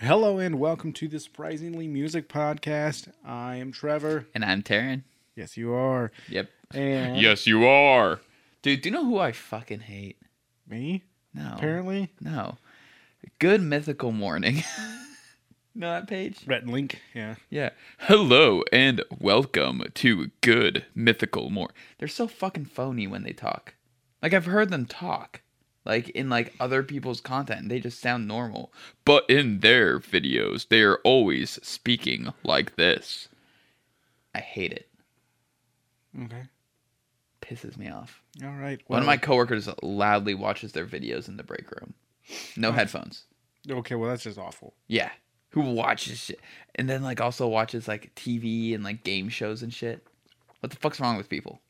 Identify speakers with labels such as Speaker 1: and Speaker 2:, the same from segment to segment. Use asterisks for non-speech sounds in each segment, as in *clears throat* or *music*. Speaker 1: Hello and welcome to the Surprisingly Music Podcast. I am Trevor.
Speaker 2: And I'm Taryn.
Speaker 1: Yes, you are.
Speaker 2: Yep.
Speaker 1: And
Speaker 3: Yes, you are.
Speaker 2: Dude, do you know who I fucking hate?
Speaker 1: me,
Speaker 2: No.
Speaker 1: apparently.
Speaker 2: No. Good mythical morning. *laughs* no, that page?
Speaker 1: Rhett and Link. Yeah.
Speaker 2: Yeah.
Speaker 3: Hello and welcome to Good Mythical More.
Speaker 2: They're so fucking phony when they talk. Like I've heard them talk. Like in like other people's content, and they just sound normal.
Speaker 3: But in their videos, they are always speaking like this.
Speaker 2: I hate it.
Speaker 1: Okay.
Speaker 2: Pisses me off.
Speaker 1: All right.
Speaker 2: One of my coworkers loudly watches their videos in the break room. No headphones.
Speaker 1: Okay, well, that's just awful.
Speaker 2: Yeah. Who watches shit and then like also watches like TV and like game shows and shit. What the fuck's wrong with people?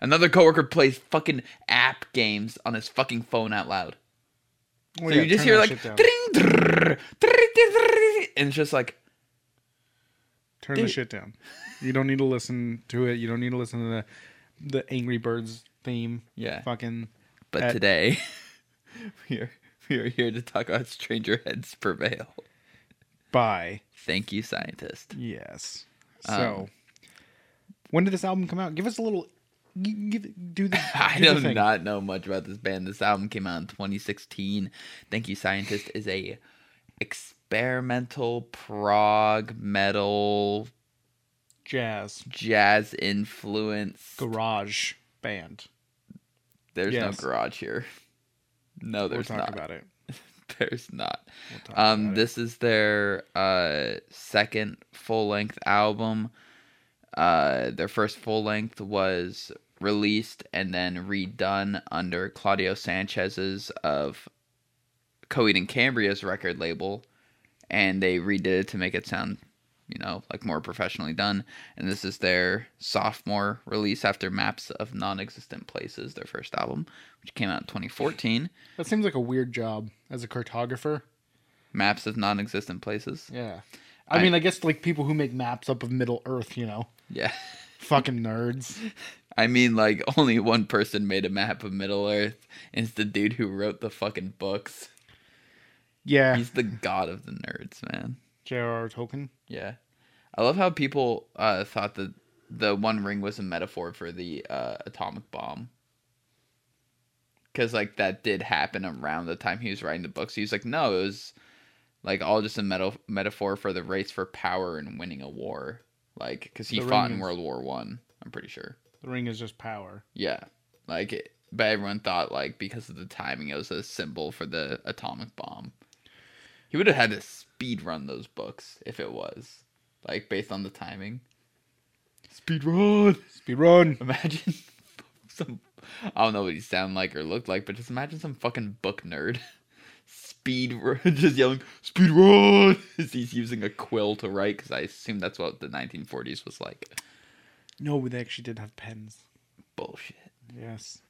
Speaker 2: Another coworker plays fucking app games on his fucking phone out loud.
Speaker 1: Well,
Speaker 2: so
Speaker 1: Oh, yeah,
Speaker 2: you just
Speaker 1: turn
Speaker 2: hear
Speaker 1: that
Speaker 2: like
Speaker 1: shit down.
Speaker 2: "Dring, drrrr, drrrr, drrrr," and it's just like
Speaker 1: turn the
Speaker 2: dude.
Speaker 1: shit down. You don't need to listen to it. You don't need to listen to the the Angry Birds theme.
Speaker 2: Yeah.
Speaker 1: Fucking.
Speaker 2: but
Speaker 1: Uh,
Speaker 2: today *laughs* we are we are here to talk about stranger heads prevail.
Speaker 1: Bye.
Speaker 2: Thank you, scientist.
Speaker 1: Yes.
Speaker 2: Um.
Speaker 1: So, when did this album come out? Give us a little. g- Give do the.
Speaker 2: *laughs* I
Speaker 1: do the
Speaker 2: do
Speaker 1: thing.
Speaker 2: not know much about this band. This album came out in 2016. Thank You Scientist is a experimental prog metal
Speaker 1: jazz
Speaker 2: jazz influence.
Speaker 1: garage band.
Speaker 2: There's
Speaker 1: yes.
Speaker 2: no garage here. No,
Speaker 1: We'll
Speaker 2: there's
Speaker 1: talk
Speaker 2: not.
Speaker 1: about it.
Speaker 2: *laughs* There's not.
Speaker 1: We'll talk
Speaker 2: Um,
Speaker 1: about
Speaker 2: this is their uh, second full length album. Uh, their first full length was released and then redone under Claudio Sanchez's of Coed and Cambria's record label, and they redid it to make it sound, you know, like more professionally done. And this is their sophomore release after Maps of Non-Existent Places, their first album, which came out in 2014.
Speaker 1: it. That seems like a weird job as a cartographer.
Speaker 2: Maps of Non-Existent Places.
Speaker 1: Yeah. I,
Speaker 2: I-
Speaker 1: mean, I guess like people who make maps up of Middle Earth, you know,
Speaker 2: Yeah.
Speaker 1: fucking nerds.
Speaker 2: I mean, like, *laughs* only one person made a map of Middle Earth, and it's the dude who wrote the fucking books.
Speaker 1: *laughs* Yeah.
Speaker 2: He's the god of the nerds, man.
Speaker 1: J.R.R. Tolkien.
Speaker 2: Yeah. I love how people uh, thought that the One Ring was a metaphor for the uh, atomic bomb. Because, like, that did happen around the time he was writing the books. He was like, no, it was, like, all just a meta- metaphor for the race for power and winning a war. Like, because he
Speaker 1: The
Speaker 2: fought
Speaker 1: Ring
Speaker 2: in
Speaker 1: is-
Speaker 2: World War One, I'm pretty sure.
Speaker 1: The ring is just power.
Speaker 2: Yeah. Like, it, but everyone thought, like, because of the timing, it was a symbol for the atomic bomb. He would have had to speed run those books if it was, like, based on the timing. *laughs* Speed run!
Speaker 1: Speed run.
Speaker 2: Imagine some. I don't know what he sounded like or looked like, but just imagine some fucking book nerd. *laughs* Speed run, *laughs* just yelling, speed run! *laughs* As he's using a quill to write, because I assume that's what the 1940s was like.
Speaker 1: No, they actually did have pens.
Speaker 2: Bullshit.
Speaker 1: Yes.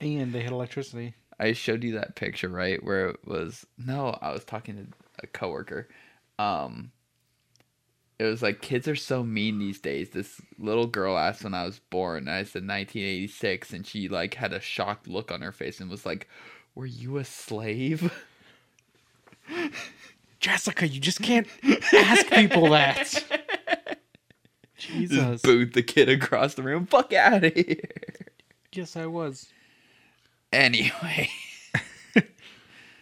Speaker 1: And they had electricity.
Speaker 2: I showed you that picture, right? Where it was no, I was talking to a coworker. Um it was like kids are so mean these days. This little girl asked when I was born. I said 1986 and she like had a shocked look on her face and was like, "Were you a slave?" *laughs*
Speaker 1: Jessica, you just can't ask people that. *laughs* Jesus.
Speaker 2: Just booed the kid across the room. Fuck out of here. *laughs*
Speaker 1: Yes, I was.
Speaker 2: Anyway,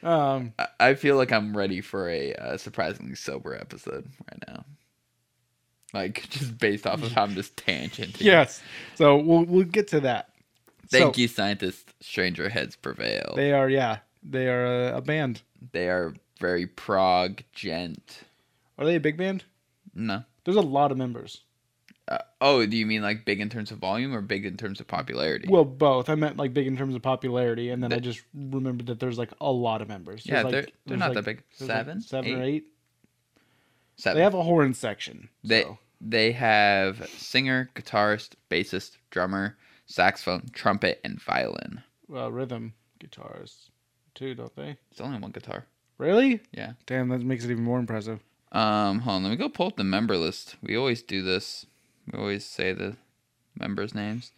Speaker 1: Um,
Speaker 2: I- I feel like I'm ready for a uh, surprisingly sober episode right now. Like just based off of how I'm just tangenting.
Speaker 1: yes. So we'll we'll get to that.
Speaker 2: Thank
Speaker 1: So,
Speaker 2: you, scientists. Stranger heads prevail. They,
Speaker 1: They are yeah. They are a, a band.
Speaker 2: are very prog gent.
Speaker 1: Are they a big band?
Speaker 2: No.
Speaker 1: There's a lot of members.
Speaker 2: Uh, oh, do you mean like big in terms of volume or big in terms of popularity?
Speaker 1: Well, both. I meant like big in terms of popularity, and then I just remembered that there's like a lot of members.
Speaker 2: yeah,
Speaker 1: There's, like-
Speaker 2: they're they're
Speaker 1: there's,
Speaker 2: not
Speaker 1: like-
Speaker 2: that big.
Speaker 1: there's, like,
Speaker 2: Seven,
Speaker 1: seven
Speaker 2: eight,
Speaker 1: or eight.
Speaker 2: seven.
Speaker 1: They have a horn section.
Speaker 2: They
Speaker 1: so.
Speaker 2: they have singer, guitarist, bassist, drummer, saxophone, trumpet, and violin.
Speaker 1: well, uh, rhythm guitars too, don't they?
Speaker 2: It's only one guitar.
Speaker 1: Really?
Speaker 2: Yeah.
Speaker 1: Damn, that makes it even more impressive.
Speaker 2: Um, hold on. Let me go pull up the member list. We always do this. We always say the members' names.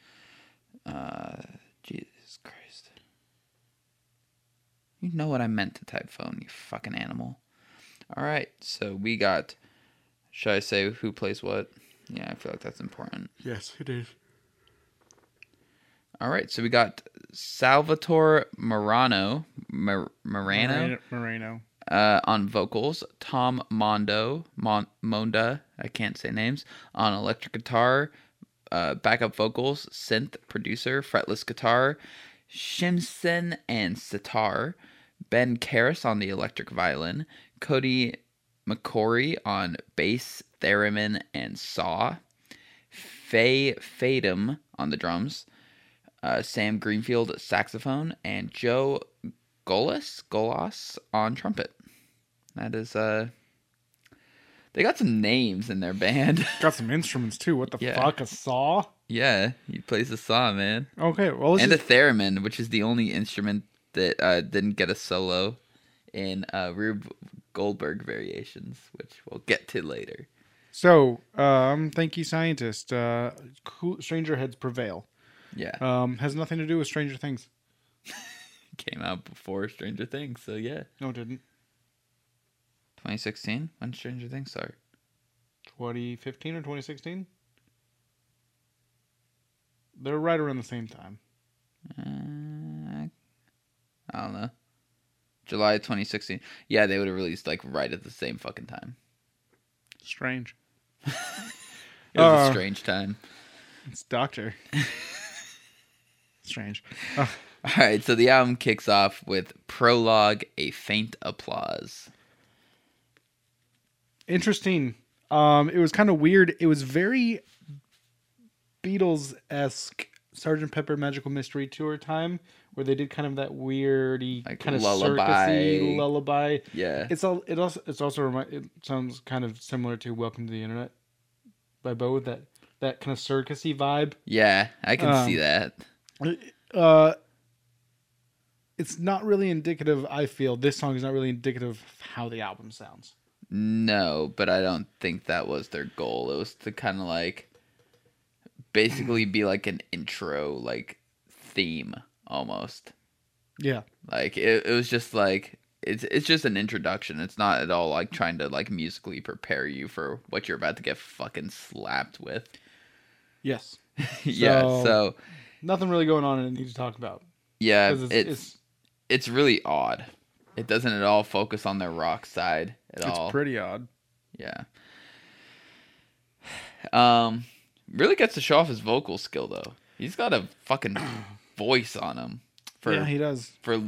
Speaker 2: Uh, Jesus Christ. You know what I meant to type phone, you fucking animal. All right, so we got. Should I say who plays what? Yeah, I feel like that's important.
Speaker 1: Yes, it is.
Speaker 2: All right, so we got Salvatore Morano, Mor- Morano,
Speaker 1: Moreno.
Speaker 2: uh, on vocals, Tom Mondo, Mon- Monda, I can't say names, on electric guitar, uh, backup vocals, synth producer, fretless guitar, Shimson and sitar, Ben Karras on the electric violin, Cody McCory on bass, theremin, and saw, Faye Fadum on the drums, uh, Sam Greenfield saxophone, and Joe Golas Golas on trumpet. That is uh they got some names in their band. *laughs*
Speaker 1: Got some instruments too. What the
Speaker 2: Yeah.
Speaker 1: fuck? A saw?
Speaker 2: yeah, he plays the saw, man.
Speaker 1: Okay, well, let's
Speaker 2: and
Speaker 1: just,
Speaker 2: a theremin, which is the only instrument that uh, didn't get a solo in uh, Rube Goldberg variations, which we'll get to later.
Speaker 1: so um, thank you, scientist. Uh, cool, Stranger Heads prevail.
Speaker 2: Yeah,
Speaker 1: Um, has nothing to do with Stranger Things.
Speaker 2: came out before Stranger Things, so yeah.
Speaker 1: No, it didn't.
Speaker 2: 2016, when Stranger Things started.
Speaker 1: 2015 or 2016? They're right around the same time.
Speaker 2: Uh, I don't know. July 2016. Yeah, they would have released like right at the same fucking time. *laughs*
Speaker 1: Strange.
Speaker 2: It
Speaker 1: Uh,
Speaker 2: was a strange time.
Speaker 1: It's Doctor. Strange.
Speaker 2: All right, so the album kicks off with prologue, a faint applause.
Speaker 1: Interesting. Um, it was kind of weird. It was very Beatles esque Sergeant Pepper Magical Mystery Tour time, where they did kind of that weirdy
Speaker 2: Like
Speaker 1: kind of
Speaker 2: lullaby.
Speaker 1: circusy lullaby.
Speaker 2: Yeah,
Speaker 1: It's all. It also. It's also. Remind, it sounds kind of similar to Welcome to the Internet by Bo. That that kind of circusy vibe.
Speaker 2: yeah, I can
Speaker 1: Um,
Speaker 2: see that.
Speaker 1: Uh, it's not really indicative. I feel this song is not really indicative of how the album sounds.
Speaker 2: No, but I don't think that was their goal. It was to kind of like basically be like an intro, like theme almost.
Speaker 1: Yeah.
Speaker 2: Like it, it was just like it's it's just an introduction. It's not at all like trying to like musically prepare you for what you're about to get fucking slapped with. *laughs*
Speaker 1: Yes.
Speaker 2: yeah,
Speaker 1: So-
Speaker 2: so
Speaker 1: Nothing really going on and need to talk about.
Speaker 2: yeah,
Speaker 1: 'Cause
Speaker 2: Uh, it's it's, really odd. It doesn't at all focus on their rock side at all.
Speaker 1: pretty odd.
Speaker 2: Yeah. Um, really gets to show off his vocal skill though. He's got a
Speaker 1: *coughs*
Speaker 2: fucking voice on him for
Speaker 1: yeah, he does.
Speaker 2: for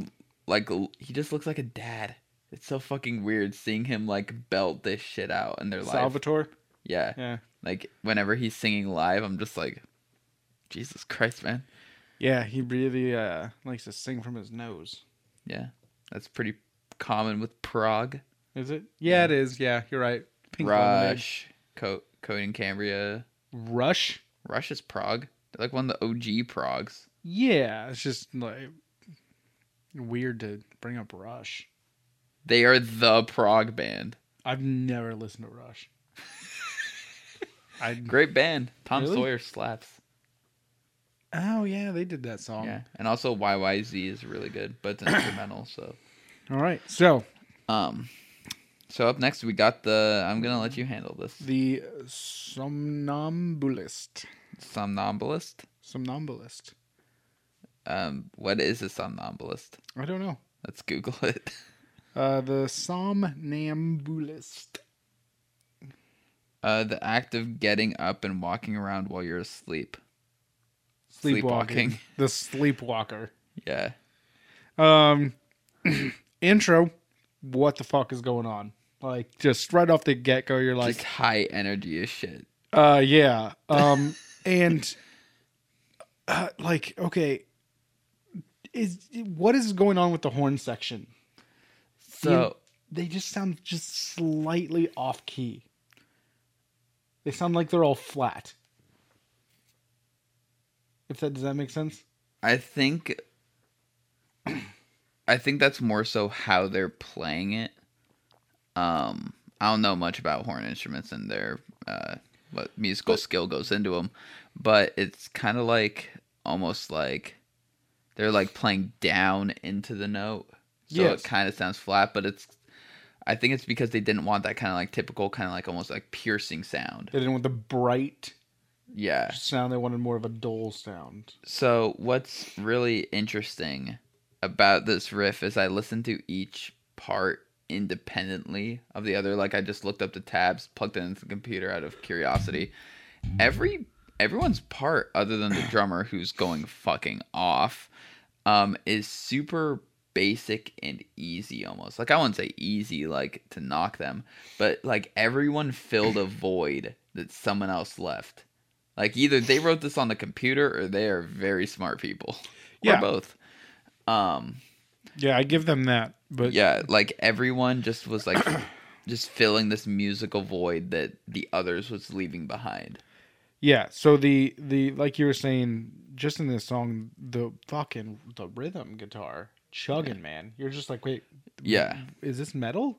Speaker 2: like l- he just looks like a dad. It's so fucking weird seeing him like belt this shit out in their life.
Speaker 1: Salvatore.
Speaker 2: yeah.
Speaker 1: Yeah.
Speaker 2: like whenever he's singing live, I'm just like, Jesus Christ, man.
Speaker 1: Yeah, he really uh, likes to sing from his nose.
Speaker 2: Yeah, that's pretty common with Prague,
Speaker 1: Is it? Yeah, it is. Yeah, you're right. Pink Lemonade.
Speaker 2: Rush, Co- Code and Cambria.
Speaker 1: Rush.
Speaker 2: Rush is Prague. They're like one of the OG Progs.
Speaker 1: Yeah, it's just like weird to bring up Rush.
Speaker 2: They are the prog band.
Speaker 1: I've never listened to Rush. I
Speaker 2: Great band. Tom
Speaker 1: Really?
Speaker 2: Sawyer slaps.
Speaker 1: oh yeah, they did that song.
Speaker 2: Yeah. And also YYZ is really good, but it's
Speaker 1: *coughs*
Speaker 2: an instrumental, so
Speaker 1: All right, so
Speaker 2: um so up next we got the I'm gonna let you handle this.
Speaker 1: the somnambulist,
Speaker 2: Somnambulist.
Speaker 1: somnambulist.
Speaker 2: Um what is a somnambulist?
Speaker 1: I don't know.
Speaker 2: Let's Google *laughs* it.
Speaker 1: Uh, the somnambulist.
Speaker 2: Uh the act of getting up and walking around while you're asleep. Sleepwalking.
Speaker 1: The sleepwalker.
Speaker 2: Yeah.
Speaker 1: Um, *clears throat* intro. What the fuck is going on? Like, just right off the get go, you're like,
Speaker 2: Just high energy as shit.
Speaker 1: uh, yeah. Um, and uh, like, okay, is what is going on with the horn section?
Speaker 2: So
Speaker 1: They just sound just slightly off key. They sound like they're all flat. If that does that make sense?
Speaker 2: I think I think that's more so how they're playing it. Um, I don't know much about horn instruments and their uh, what musical skill goes into them, but it's kind of like almost like they're like playing down into the note, so
Speaker 1: Yes.
Speaker 2: it kind of sounds flat, but it's. I think it's because they didn't want that kind of like typical kind of like almost like piercing sound.
Speaker 1: They didn't want the bright
Speaker 2: Yeah.
Speaker 1: sound. They wanted more of a dull sound.
Speaker 2: So what's really interesting about this riff is I listened to each part independently of the other. Like I just looked up the tabs, plugged it into the computer out of curiosity. Every everyone's part,
Speaker 1: *clears throat*
Speaker 2: other than the drummer who's going fucking off, um, is super basic and easy almost. Like I wouldn't say easy like to knock them, but like everyone
Speaker 1: *clears throat*
Speaker 2: filled a void that someone else left. Like either they wrote this on the computer or they are very smart people.
Speaker 1: Yeah.
Speaker 2: Or both. Um
Speaker 1: Yeah, I give them that. But
Speaker 2: yeah, like everyone just was like just filling this musical void that the others was leaving behind.
Speaker 1: Yeah. So the the like you were saying, just in this song, the fucking the rhythm guitar chugging, man. You're just like, wait,
Speaker 2: Yeah.
Speaker 1: is this metal?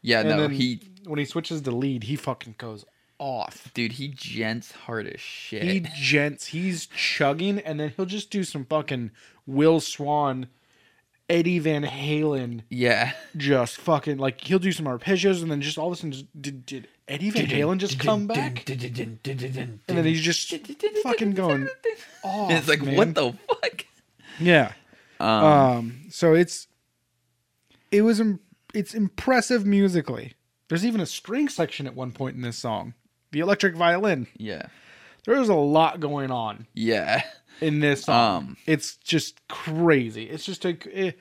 Speaker 2: Yeah,
Speaker 1: And
Speaker 2: no,
Speaker 1: then
Speaker 2: he
Speaker 1: when he switches to lead, he fucking goes off.
Speaker 2: dude, he gents hard as shit.
Speaker 1: He gents, he's chugging, and then he'll just do some fucking Will Swan, Eddie Van Halen,
Speaker 2: yeah.
Speaker 1: just fucking like he'll do some arpeggios, and then just all of a sudden, just, did, did Eddie Van Halen just come back? And then he's just fucking
Speaker 2: *laughs*
Speaker 1: going off.
Speaker 2: it's like
Speaker 1: man.
Speaker 2: what the fuck?
Speaker 1: Yeah.
Speaker 2: Um,
Speaker 1: Um, so it's it was im- it's impressive musically. There's even a string section at one point in this song. The electric violin.
Speaker 2: yeah.
Speaker 1: There's a lot going on
Speaker 2: Yeah.
Speaker 1: in this song.
Speaker 2: Um
Speaker 1: it's just crazy. It's just a eh,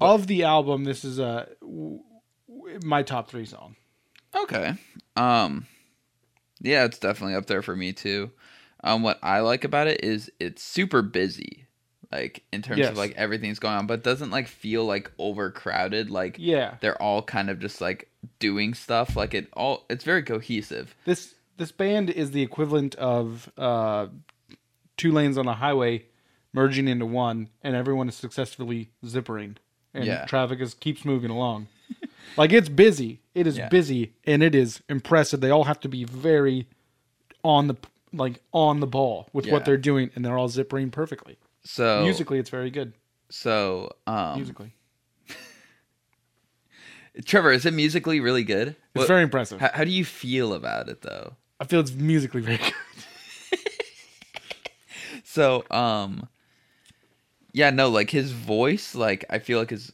Speaker 1: of the album. This is a w- w- my top three song.
Speaker 2: Okay. Um yeah, it's definitely up there for me too. Um what I like about it is it's super busy. Like in terms
Speaker 1: Yes.
Speaker 2: of like everything's going on, but doesn't like feel like overcrowded. Like
Speaker 1: Yeah,
Speaker 2: they're all kind of just like doing stuff. Like it all it's very cohesive.
Speaker 1: this this band is the equivalent of uh, two lanes on a highway merging into one, and everyone is successfully zippering, and
Speaker 2: Yeah.
Speaker 1: traffic is keeps moving along. *laughs* like it's busy. It is
Speaker 2: Yeah.
Speaker 1: busy, and it is impressive. They all have to be very on the like on the ball with
Speaker 2: Yeah.
Speaker 1: what they're doing, and they're all zippering perfectly.
Speaker 2: So
Speaker 1: Musically, it's very good.
Speaker 2: so um
Speaker 1: Musically,
Speaker 2: Trevor, is it musically really good?
Speaker 1: it's
Speaker 2: What-
Speaker 1: very impressive.
Speaker 2: how, how do you feel about it though?
Speaker 1: I feel it's musically very *laughs* good.
Speaker 2: So, um, yeah, no, like his voice, like I feel like his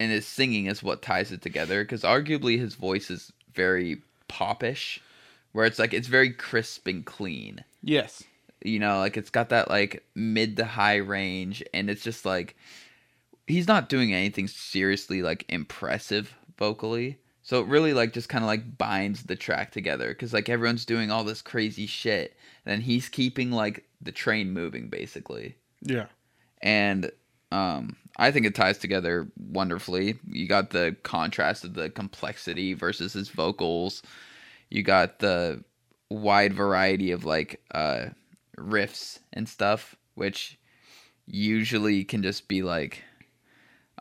Speaker 2: and his singing is what ties it together because arguably his voice is very popish, where it's like it's very crisp and clean.
Speaker 1: yes.
Speaker 2: You know, like it's got that like mid to high range, and it's just like he's not doing anything seriously like impressive vocally. So it really like just kind of like binds the track together because like everyone's doing all this crazy shit, and then he's keeping like the train moving basically
Speaker 1: Yeah.
Speaker 2: and um, I think it ties together wonderfully. You got the contrast of the complexity versus his vocals. You got the wide variety of like uh, riffs and stuff, which usually can just be like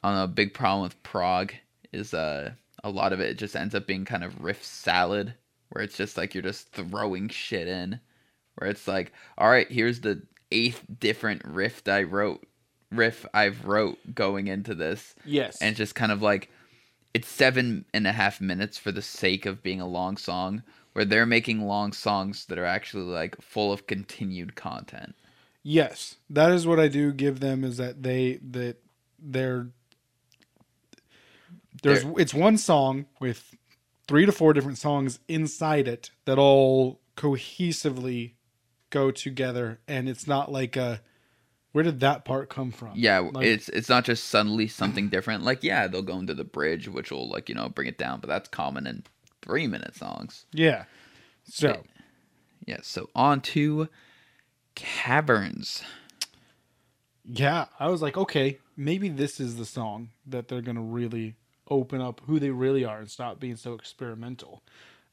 Speaker 2: I don't know. A big problem with prog is uh, a lot of it just ends up being kind of riff salad, where it's just like you're just throwing shit in where it's like, all right, here's the eighth different riff that I wrote, riff I've wrote going into this,
Speaker 1: Yes.
Speaker 2: and just kind of like, it's seven and a half minutes for the sake of being a long song, where they're making long songs that are actually like full of continued content.
Speaker 1: Yes, that is what I do give them is that they that they're there's it's one song with three to four different songs inside it that all cohesively go together and it's not like a where did that part come from?
Speaker 2: Yeah,
Speaker 1: Like-
Speaker 2: it's it's not just suddenly something different. Like yeah, they'll go into the bridge, which will like you know bring it down, but that's common in three minute songs.
Speaker 1: Yeah. So,
Speaker 2: Yeah, so on to caverns.
Speaker 1: yeah, I was like, okay, maybe this is the song that they're going to really open up who they really are and stop being so experimental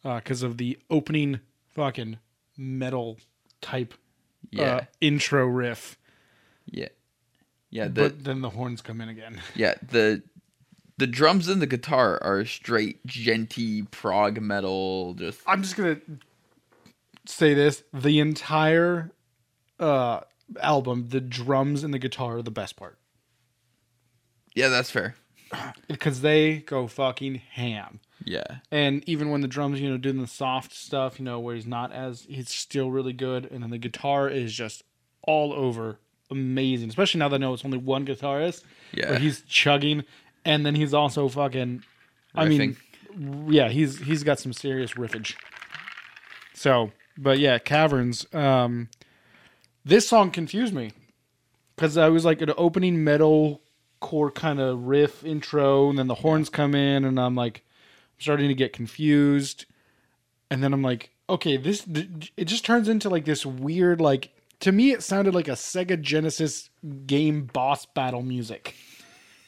Speaker 1: because of the opening fucking metal type
Speaker 2: Yeah.
Speaker 1: uh, intro riff.
Speaker 2: Yeah. Yeah, the
Speaker 1: but then the horns come in again. *laughs*
Speaker 2: yeah, the the drums and the guitar are straight genty prog metal just
Speaker 1: I'm just going to say this the entire uh, album, the drums and the guitar are the best part.
Speaker 2: Yeah, that's fair.
Speaker 1: because they go fucking ham.
Speaker 2: Yeah.
Speaker 1: And even when the drums, you know, doing the soft stuff, you know, where he's not as, he's still really good. And then the guitar is just all over amazing, especially now that I know it's only one guitarist.
Speaker 2: Yeah.
Speaker 1: But he's chugging, and then he's also fucking. I mean, yeah, he's he's got some serious riffage. So, but yeah, caverns. Um, this song confused me because I was like an opening metal core kind of riff intro, and then the horns come in, and I'm like, I'm starting to get confused, and then I'm like, okay, this th- it just turns into like this weird like. To me, it sounded like a Sega Genesis game boss battle music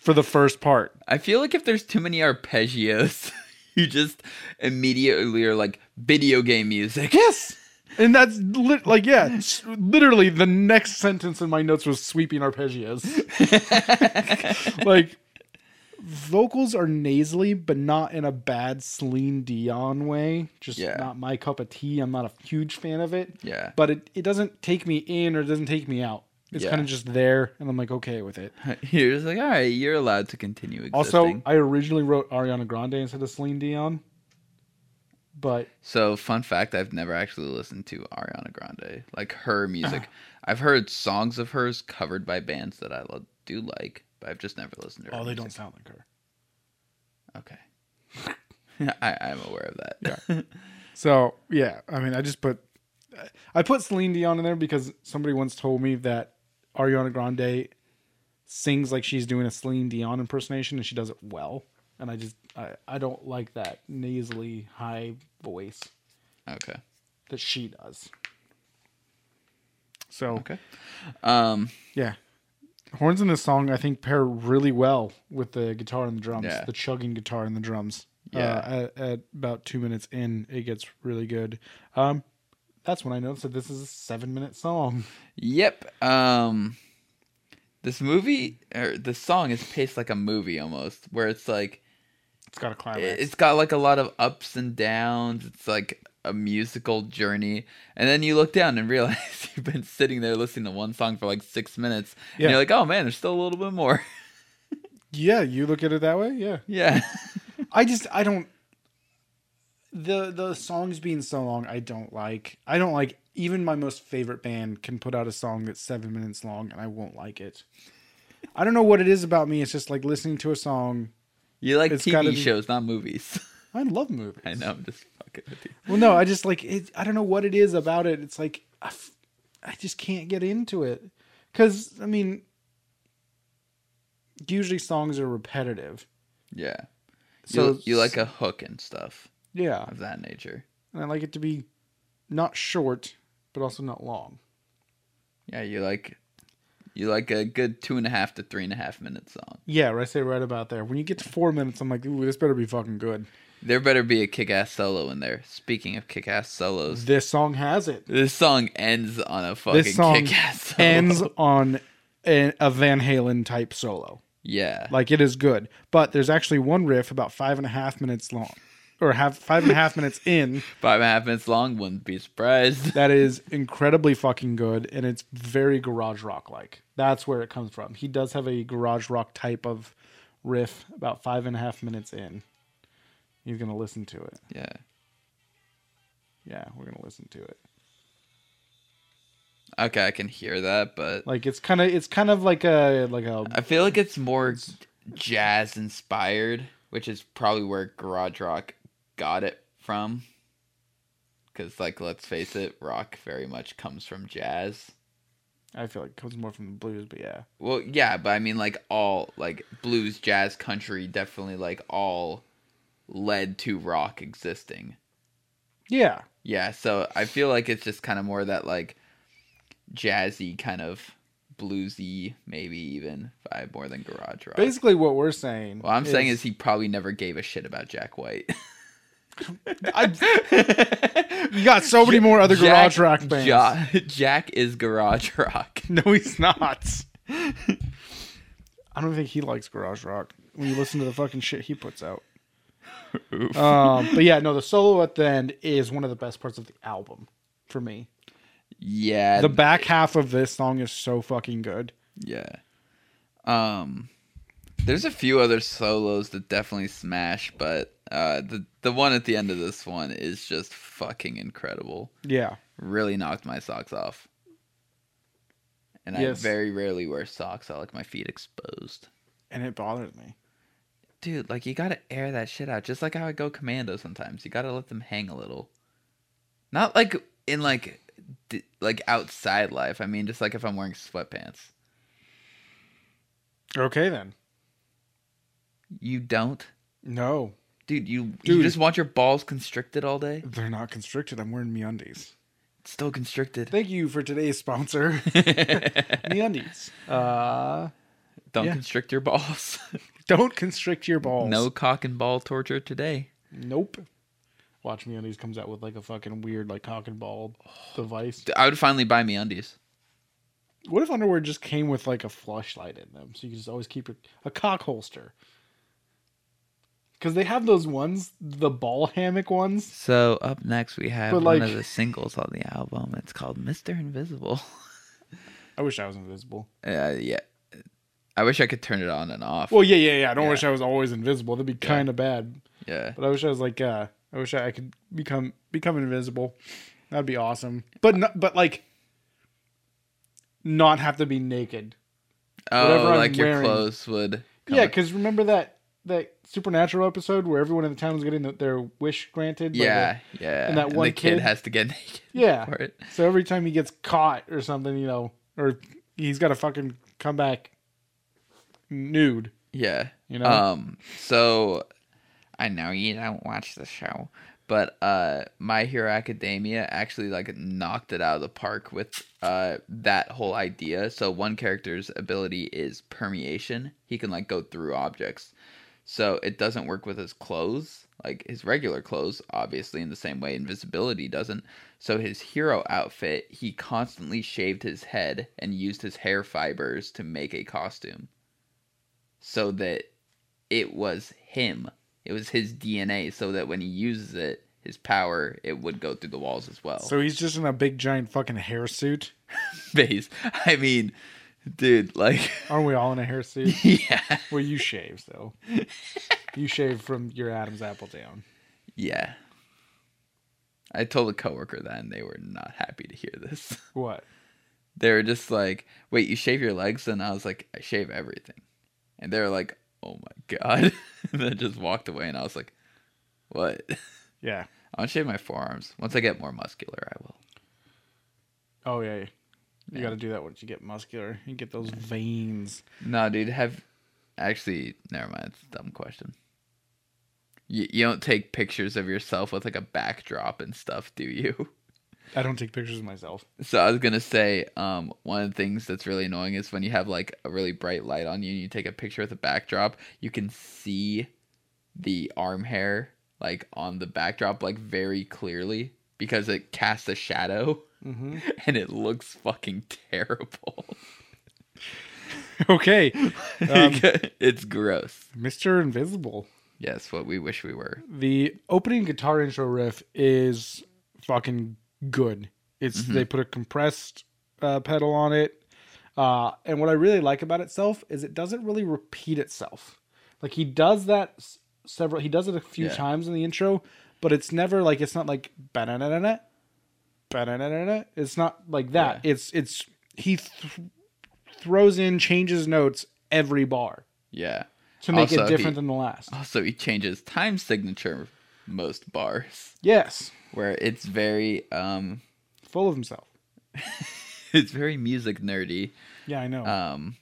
Speaker 1: for the first part.
Speaker 2: I feel like if there's too many arpeggios, *laughs* you just immediately are like video game music. *laughs*
Speaker 1: Yes. And that's lit like yeah, s- literally the next sentence in my notes was sweeping
Speaker 2: *laughs*
Speaker 1: arpeggios. like vocals are nasally but not in a bad Celine Dion way, just
Speaker 2: Yeah.
Speaker 1: not my cup of tea. I'm not a huge fan of it.
Speaker 2: Yeah.
Speaker 1: But it, it doesn't take me in or it doesn't take me out. It's
Speaker 2: Yeah.
Speaker 1: kind of just there and I'm like okay with it.
Speaker 2: You're just like, all right, you're allowed to continue existing.
Speaker 1: Also, I originally wrote Ariana Grande instead of Celine Dion. But
Speaker 2: so fun fact: I've never actually listened to Ariana Grande, like her
Speaker 1: *sighs*
Speaker 2: music. I've heard songs of hers covered by bands that I lo- do like, but I've just never listened to. Her
Speaker 1: oh, they
Speaker 2: music.
Speaker 1: don't sound like her.
Speaker 2: Okay. *laughs* I, I'm aware of that.
Speaker 1: So yeah, I mean, I just put I put Celine Dion in there because somebody once told me that Ariana Grande sings like she's doing a Celine Dion impersonation and she does it well, and I just I, I don't like that nasally high voice
Speaker 2: *laughs* Okay.
Speaker 1: that she does. So
Speaker 2: Okay. Um.
Speaker 1: yeah, horns in this song I think pair really well with the guitar and the drums,
Speaker 2: Yeah.
Speaker 1: the chugging guitar and the drums.
Speaker 2: Yeah.
Speaker 1: Uh, at, at about two minutes in, it gets really good. Um, that's when I noticed that this is a seven-minute song. *laughs*
Speaker 2: Yep. Um this movie or this song is paced like a movie almost, where it's like
Speaker 1: It's got a climax.
Speaker 2: it's got like a lot of ups and downs. It's like a musical journey. And then you look down and *laughs* realize you've been sitting there listening to one song for like six minutes.
Speaker 1: Yeah.
Speaker 2: And you're like, oh man, there's still a little bit more. *laughs*
Speaker 1: yeah, you look at it that way. Yeah,
Speaker 2: yeah.
Speaker 1: *laughs* I just I don't the the songs being so long. I don't like. I don't like. Even my most favorite band can put out a song that's seven minutes long, and I won't like it. I don't know what it is about me. It's just like listening to a song.
Speaker 2: You like
Speaker 1: It's gotta
Speaker 2: TV
Speaker 1: be-
Speaker 2: shows, not movies. *laughs*
Speaker 1: I love movies.
Speaker 2: I know, I'm just fucking with you.
Speaker 1: Well, no, I just like it. I don't know what it is about it. It's like I, f- I just can't get into it because I mean, usually songs are repetitive.
Speaker 2: Yeah.
Speaker 1: So
Speaker 2: you, you like a hook and stuff
Speaker 1: yeah,
Speaker 2: of that nature.
Speaker 1: and I like it to be not short but also not long.
Speaker 2: Yeah, you like you like a good two and a half to three and a half minute song.
Speaker 1: Yeah, right. I say right about there. When you get to four minutes, I'm like, ooh, this better be fucking good.
Speaker 2: There better be a kick ass solo in there. Speaking of kick ass solos,
Speaker 1: This song has it.
Speaker 2: this song ends on a fucking
Speaker 1: This song
Speaker 2: kick *laughs* ass solo.
Speaker 1: Ends on a, a Van Halen type solo.
Speaker 2: Yeah.
Speaker 1: Like it is good, but there's actually one riff about five and a half minutes long, or have five and a half minutes in
Speaker 2: Five and a half minutes long, wouldn't be surprised. *laughs*
Speaker 1: that is incredibly fucking good, and it's very garage rock like. That's where it comes from. He does have a garage rock type of riff about five and a half minutes in. He's gonna listen to it.
Speaker 2: Yeah.
Speaker 1: Yeah, we're gonna listen to it.
Speaker 2: Okay, I can hear that, but
Speaker 1: Like it's kind of it's kind of like a like a
Speaker 2: I feel like it's more jazz inspired, which is probably where garage rock got it from. Cause like let's face it, rock very much comes from jazz.
Speaker 1: I feel like it comes more from the blues, but yeah,
Speaker 2: Well, yeah, but I mean, like all like blues, jazz, country, definitely like all led to rock existing.
Speaker 1: yeah,
Speaker 2: Yeah, so I feel like it's just kind of more that like jazzy kind of bluesy, maybe even vibe more than garage rock.
Speaker 1: basically what we're saying.
Speaker 2: what I'm saying is he probably never gave a shit about
Speaker 1: *laughs*
Speaker 2: Jack White. *laughs*
Speaker 1: you got so many more other garage
Speaker 2: Jack-
Speaker 1: rock bands.
Speaker 2: Ja- *laughs* Jack is garage *laughs* rock.
Speaker 1: *laughs* No, he's not. I don't think he likes garage rock. When you listen to the fucking shit he puts out. *laughs* Um, but yeah, no, the solo at the end is one of the best parts of the album for me.
Speaker 2: Yeah,
Speaker 1: The back half of this song is so fucking good.
Speaker 2: Yeah. Um There's a few other solos that definitely smash, but uh, the the one at the end of this one is just fucking incredible.
Speaker 1: Yeah.
Speaker 2: Really knocked my socks off. And
Speaker 1: Yes.
Speaker 2: I very rarely wear socks. I like my feet exposed.
Speaker 1: And it bothers me.
Speaker 2: Dude, like you gotta air that shit out, just like how I go commando sometimes. You gotta let them hang a little. Not like in like d- like outside life. I mean, just like if I'm wearing sweatpants.
Speaker 1: Okay then.
Speaker 2: You don't,
Speaker 1: No,
Speaker 2: dude. You you
Speaker 1: Dude.
Speaker 2: just want your balls constricted all day.
Speaker 1: they're not constricted. I'm wearing MeUndies.
Speaker 2: It's
Speaker 1: *laughs*
Speaker 2: still constricted.
Speaker 1: Thank you for today's *laughs* sponsor,
Speaker 2: don't
Speaker 1: MeUndies. Uh, Yeah.
Speaker 2: constrict your balls.
Speaker 1: don't constrict your balls.
Speaker 2: *laughs* no cock and ball torture today.
Speaker 1: Nope. Watch MeUndies comes out with like a fucking weird like cock and ball device.
Speaker 2: D- I would finally buy me undies.
Speaker 1: What if underwear just came with like a flashlight in them, so you could just always keep your a cock holster? Because they have those ones, the ball hammock ones.
Speaker 2: So up next we have
Speaker 1: But,
Speaker 2: one
Speaker 1: like-
Speaker 2: of the singles on the album. It's called Mister Invisible. *laughs*
Speaker 1: I wish I was invisible.
Speaker 2: Uh, yeah. I wish I could turn it on and off.
Speaker 1: Well, yeah, yeah, yeah. I don't
Speaker 2: Yeah.
Speaker 1: wish I was always invisible. That'd be kind of bad.
Speaker 2: yeah.
Speaker 1: But I wish I was like, uh, I wish I could become become invisible. That'd be awesome. But no, but like, not have to be naked. whatever
Speaker 2: Oh,
Speaker 1: I'm
Speaker 2: like your
Speaker 1: wearing.
Speaker 2: clothes would.
Speaker 1: Yeah, 'cause yeah, because remember that that supernatural episode where everyone in the town was getting their wish granted. by the-
Speaker 2: Yeah, yeah.
Speaker 1: and that one
Speaker 2: the kid,
Speaker 1: kid-
Speaker 2: has to get *laughs* naked
Speaker 1: yeah.
Speaker 2: for it.
Speaker 1: So every time he gets caught or something, you know, or he's got to fucking come back nude.
Speaker 2: Yeah.
Speaker 1: You know?
Speaker 2: Um. So, I know you don't watch the show, but uh, My Hero Academia actually like knocked it out of the park with uh that whole idea. So one character's ability is permeation. He can like go through objects. So it doesn't work with his clothes, like his regular clothes, obviously, in the same way invisibility doesn't. So his hero outfit, he constantly shaved his head and used his hair fibers to make a costume so that it was him. It was his DNA, so that when he uses it, his power, it would go through the walls as well. *laughs*
Speaker 1: So he's just in a big giant fucking hairsuit.
Speaker 2: Base. I mean, dude, like, *laughs*
Speaker 1: Aren't we all in a hairsuit?
Speaker 2: yeah.
Speaker 1: well, you shave though. you shave from your Adam's apple down.
Speaker 2: Yeah. I told a coworker that and they were not happy to hear this.
Speaker 1: What?
Speaker 2: They were just like, "Wait, you shave your legs?" And I was like, "I shave everything." And they were like, "Oh my god!" *laughs* and then just walked away. And I was like, "What? *laughs*
Speaker 1: Yeah.
Speaker 2: I want to shave my forearms. Once I get more muscular, I will."
Speaker 1: Oh yeah. yeah. You
Speaker 2: Yeah.
Speaker 1: got to do that once you get muscular. You get those veins.
Speaker 2: No, dude. Have actually, never mind. It's a dumb question. You you don't take pictures of yourself with like a backdrop and stuff, do you? *laughs*
Speaker 1: I don't take pictures of myself.
Speaker 2: So I was gonna say, um, one of the things that's really annoying is when you have like a really bright light on you and you take a picture with a backdrop, you can see the arm hair like on the backdrop like very clearly because it casts a shadow *laughs*
Speaker 1: Mm-hmm.
Speaker 2: and it looks fucking terrible.
Speaker 1: *laughs* okay, Um,
Speaker 2: *laughs* it's gross.
Speaker 1: Mr. Invisible.
Speaker 2: Yes, what we wish we were.
Speaker 1: The opening guitar intro riff is fucking good. It's
Speaker 2: Mhm.
Speaker 1: they put a compressed uh, pedal on it, uh, and what I really like about itself is it doesn't really repeat itself. Like he does that s- several. He does it a few
Speaker 2: Yeah.
Speaker 1: times in the intro, but it's never like it's not like ba-na-na-na-na, ba-na-na-na-na. It's not like that. It's it's he th- throws in changes notes every bar
Speaker 2: Yeah.
Speaker 1: to make
Speaker 2: Also,
Speaker 1: it
Speaker 2: he-
Speaker 1: different than the last.
Speaker 2: Also, he changes time signature most bars
Speaker 1: Yes,
Speaker 2: where it's very um *laughs*
Speaker 1: full of himself.
Speaker 2: it's very music nerdy.
Speaker 1: Yeah, I know.
Speaker 2: Um,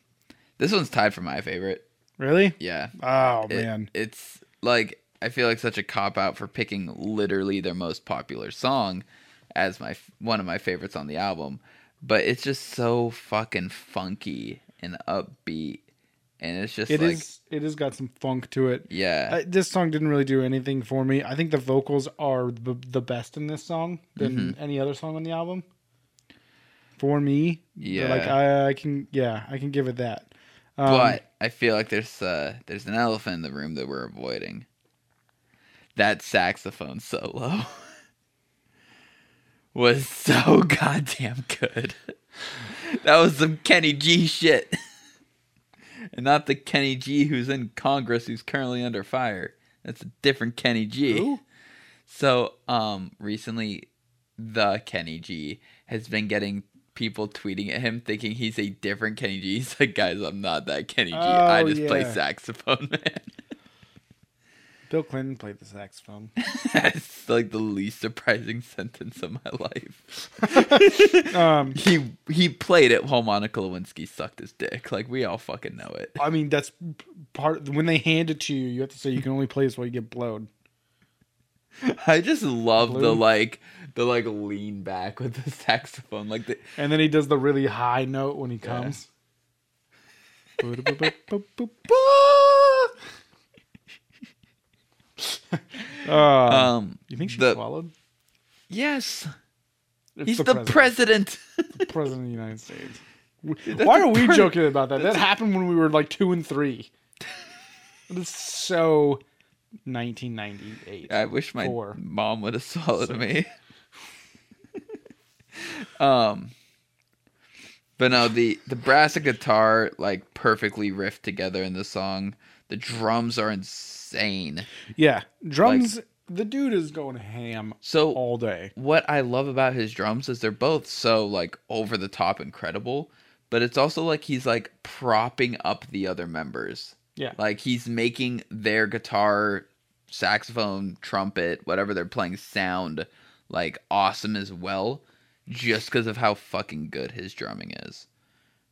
Speaker 2: this one's tied for my favorite.
Speaker 1: really?
Speaker 2: Yeah,
Speaker 1: Oh
Speaker 2: It-
Speaker 1: man.
Speaker 2: it's like I feel like such a cop out for picking literally their most popular song as my f- one of my favorites on the album, but it's just so fucking funky and upbeat, and it's just
Speaker 1: It is.
Speaker 2: like
Speaker 1: It has got some funk to it.
Speaker 2: yeah,
Speaker 1: Uh, this song didn't really do anything for me. I think the vocals are the, the best in this song than
Speaker 2: Mm-hmm.
Speaker 1: any other song on the album. For me, They're like
Speaker 2: Yeah.
Speaker 1: I, I can, yeah, I can give it that. Um,
Speaker 2: but I feel like there's uh there's an elephant in the room that we're avoiding. That saxophone solo *laughs* was so *laughs* goddamn good. that was some Kenny G shit. *laughs* and not the Kenny G who's in Congress who's currently under fire. That's a different Kenny G.
Speaker 1: Who?
Speaker 2: So, um, recently, the Kenny G has been getting people tweeting at him thinking he's a different Kenny G. *laughs* He's like, guys, I'm not that Kenny G. I
Speaker 1: Oh,
Speaker 2: just play
Speaker 1: yeah.
Speaker 2: saxophone,
Speaker 1: *laughs*
Speaker 2: *laughs* man.
Speaker 1: Bill Clinton played the saxophone.
Speaker 2: That's like the least surprising *laughs* sentence of my life.
Speaker 1: *laughs* Um,
Speaker 2: He he played it while Monica Lewinsky sucked his dick. Like we all fucking know it. *laughs*
Speaker 1: I mean, that's p- part. When they hand it to you, you have to say you can only play this while you get blowed.
Speaker 2: I just love the
Speaker 1: Blue.
Speaker 2: like the like lean back with the *laughs* saxophone. Like the
Speaker 1: And then he does the really high note when he comes. Uh,
Speaker 2: um
Speaker 1: you think she
Speaker 2: the-
Speaker 1: swallowed?
Speaker 2: yes,
Speaker 1: It's
Speaker 2: he's the, president. *laughs*
Speaker 1: president of the United States. Why are we
Speaker 2: pres-
Speaker 1: joking about that? That happened when we were like two and
Speaker 2: *laughs*
Speaker 1: three. It's so 1998.
Speaker 2: I wish my
Speaker 1: Four.
Speaker 2: mom would have *laughs* swallowed me. um but no, the the brass and guitar like perfectly riff together in the song. The drums are insane.
Speaker 1: yeah, drums. the dude is going ham
Speaker 2: So
Speaker 1: all day.
Speaker 2: what I love about his drums is they're both so like over the top incredible, but it's also like he's like propping up the other members.
Speaker 1: Yeah.
Speaker 2: Like he's making their guitar, saxophone, trumpet, whatever they're playing sound like awesome as well just because of how fucking good his drumming is.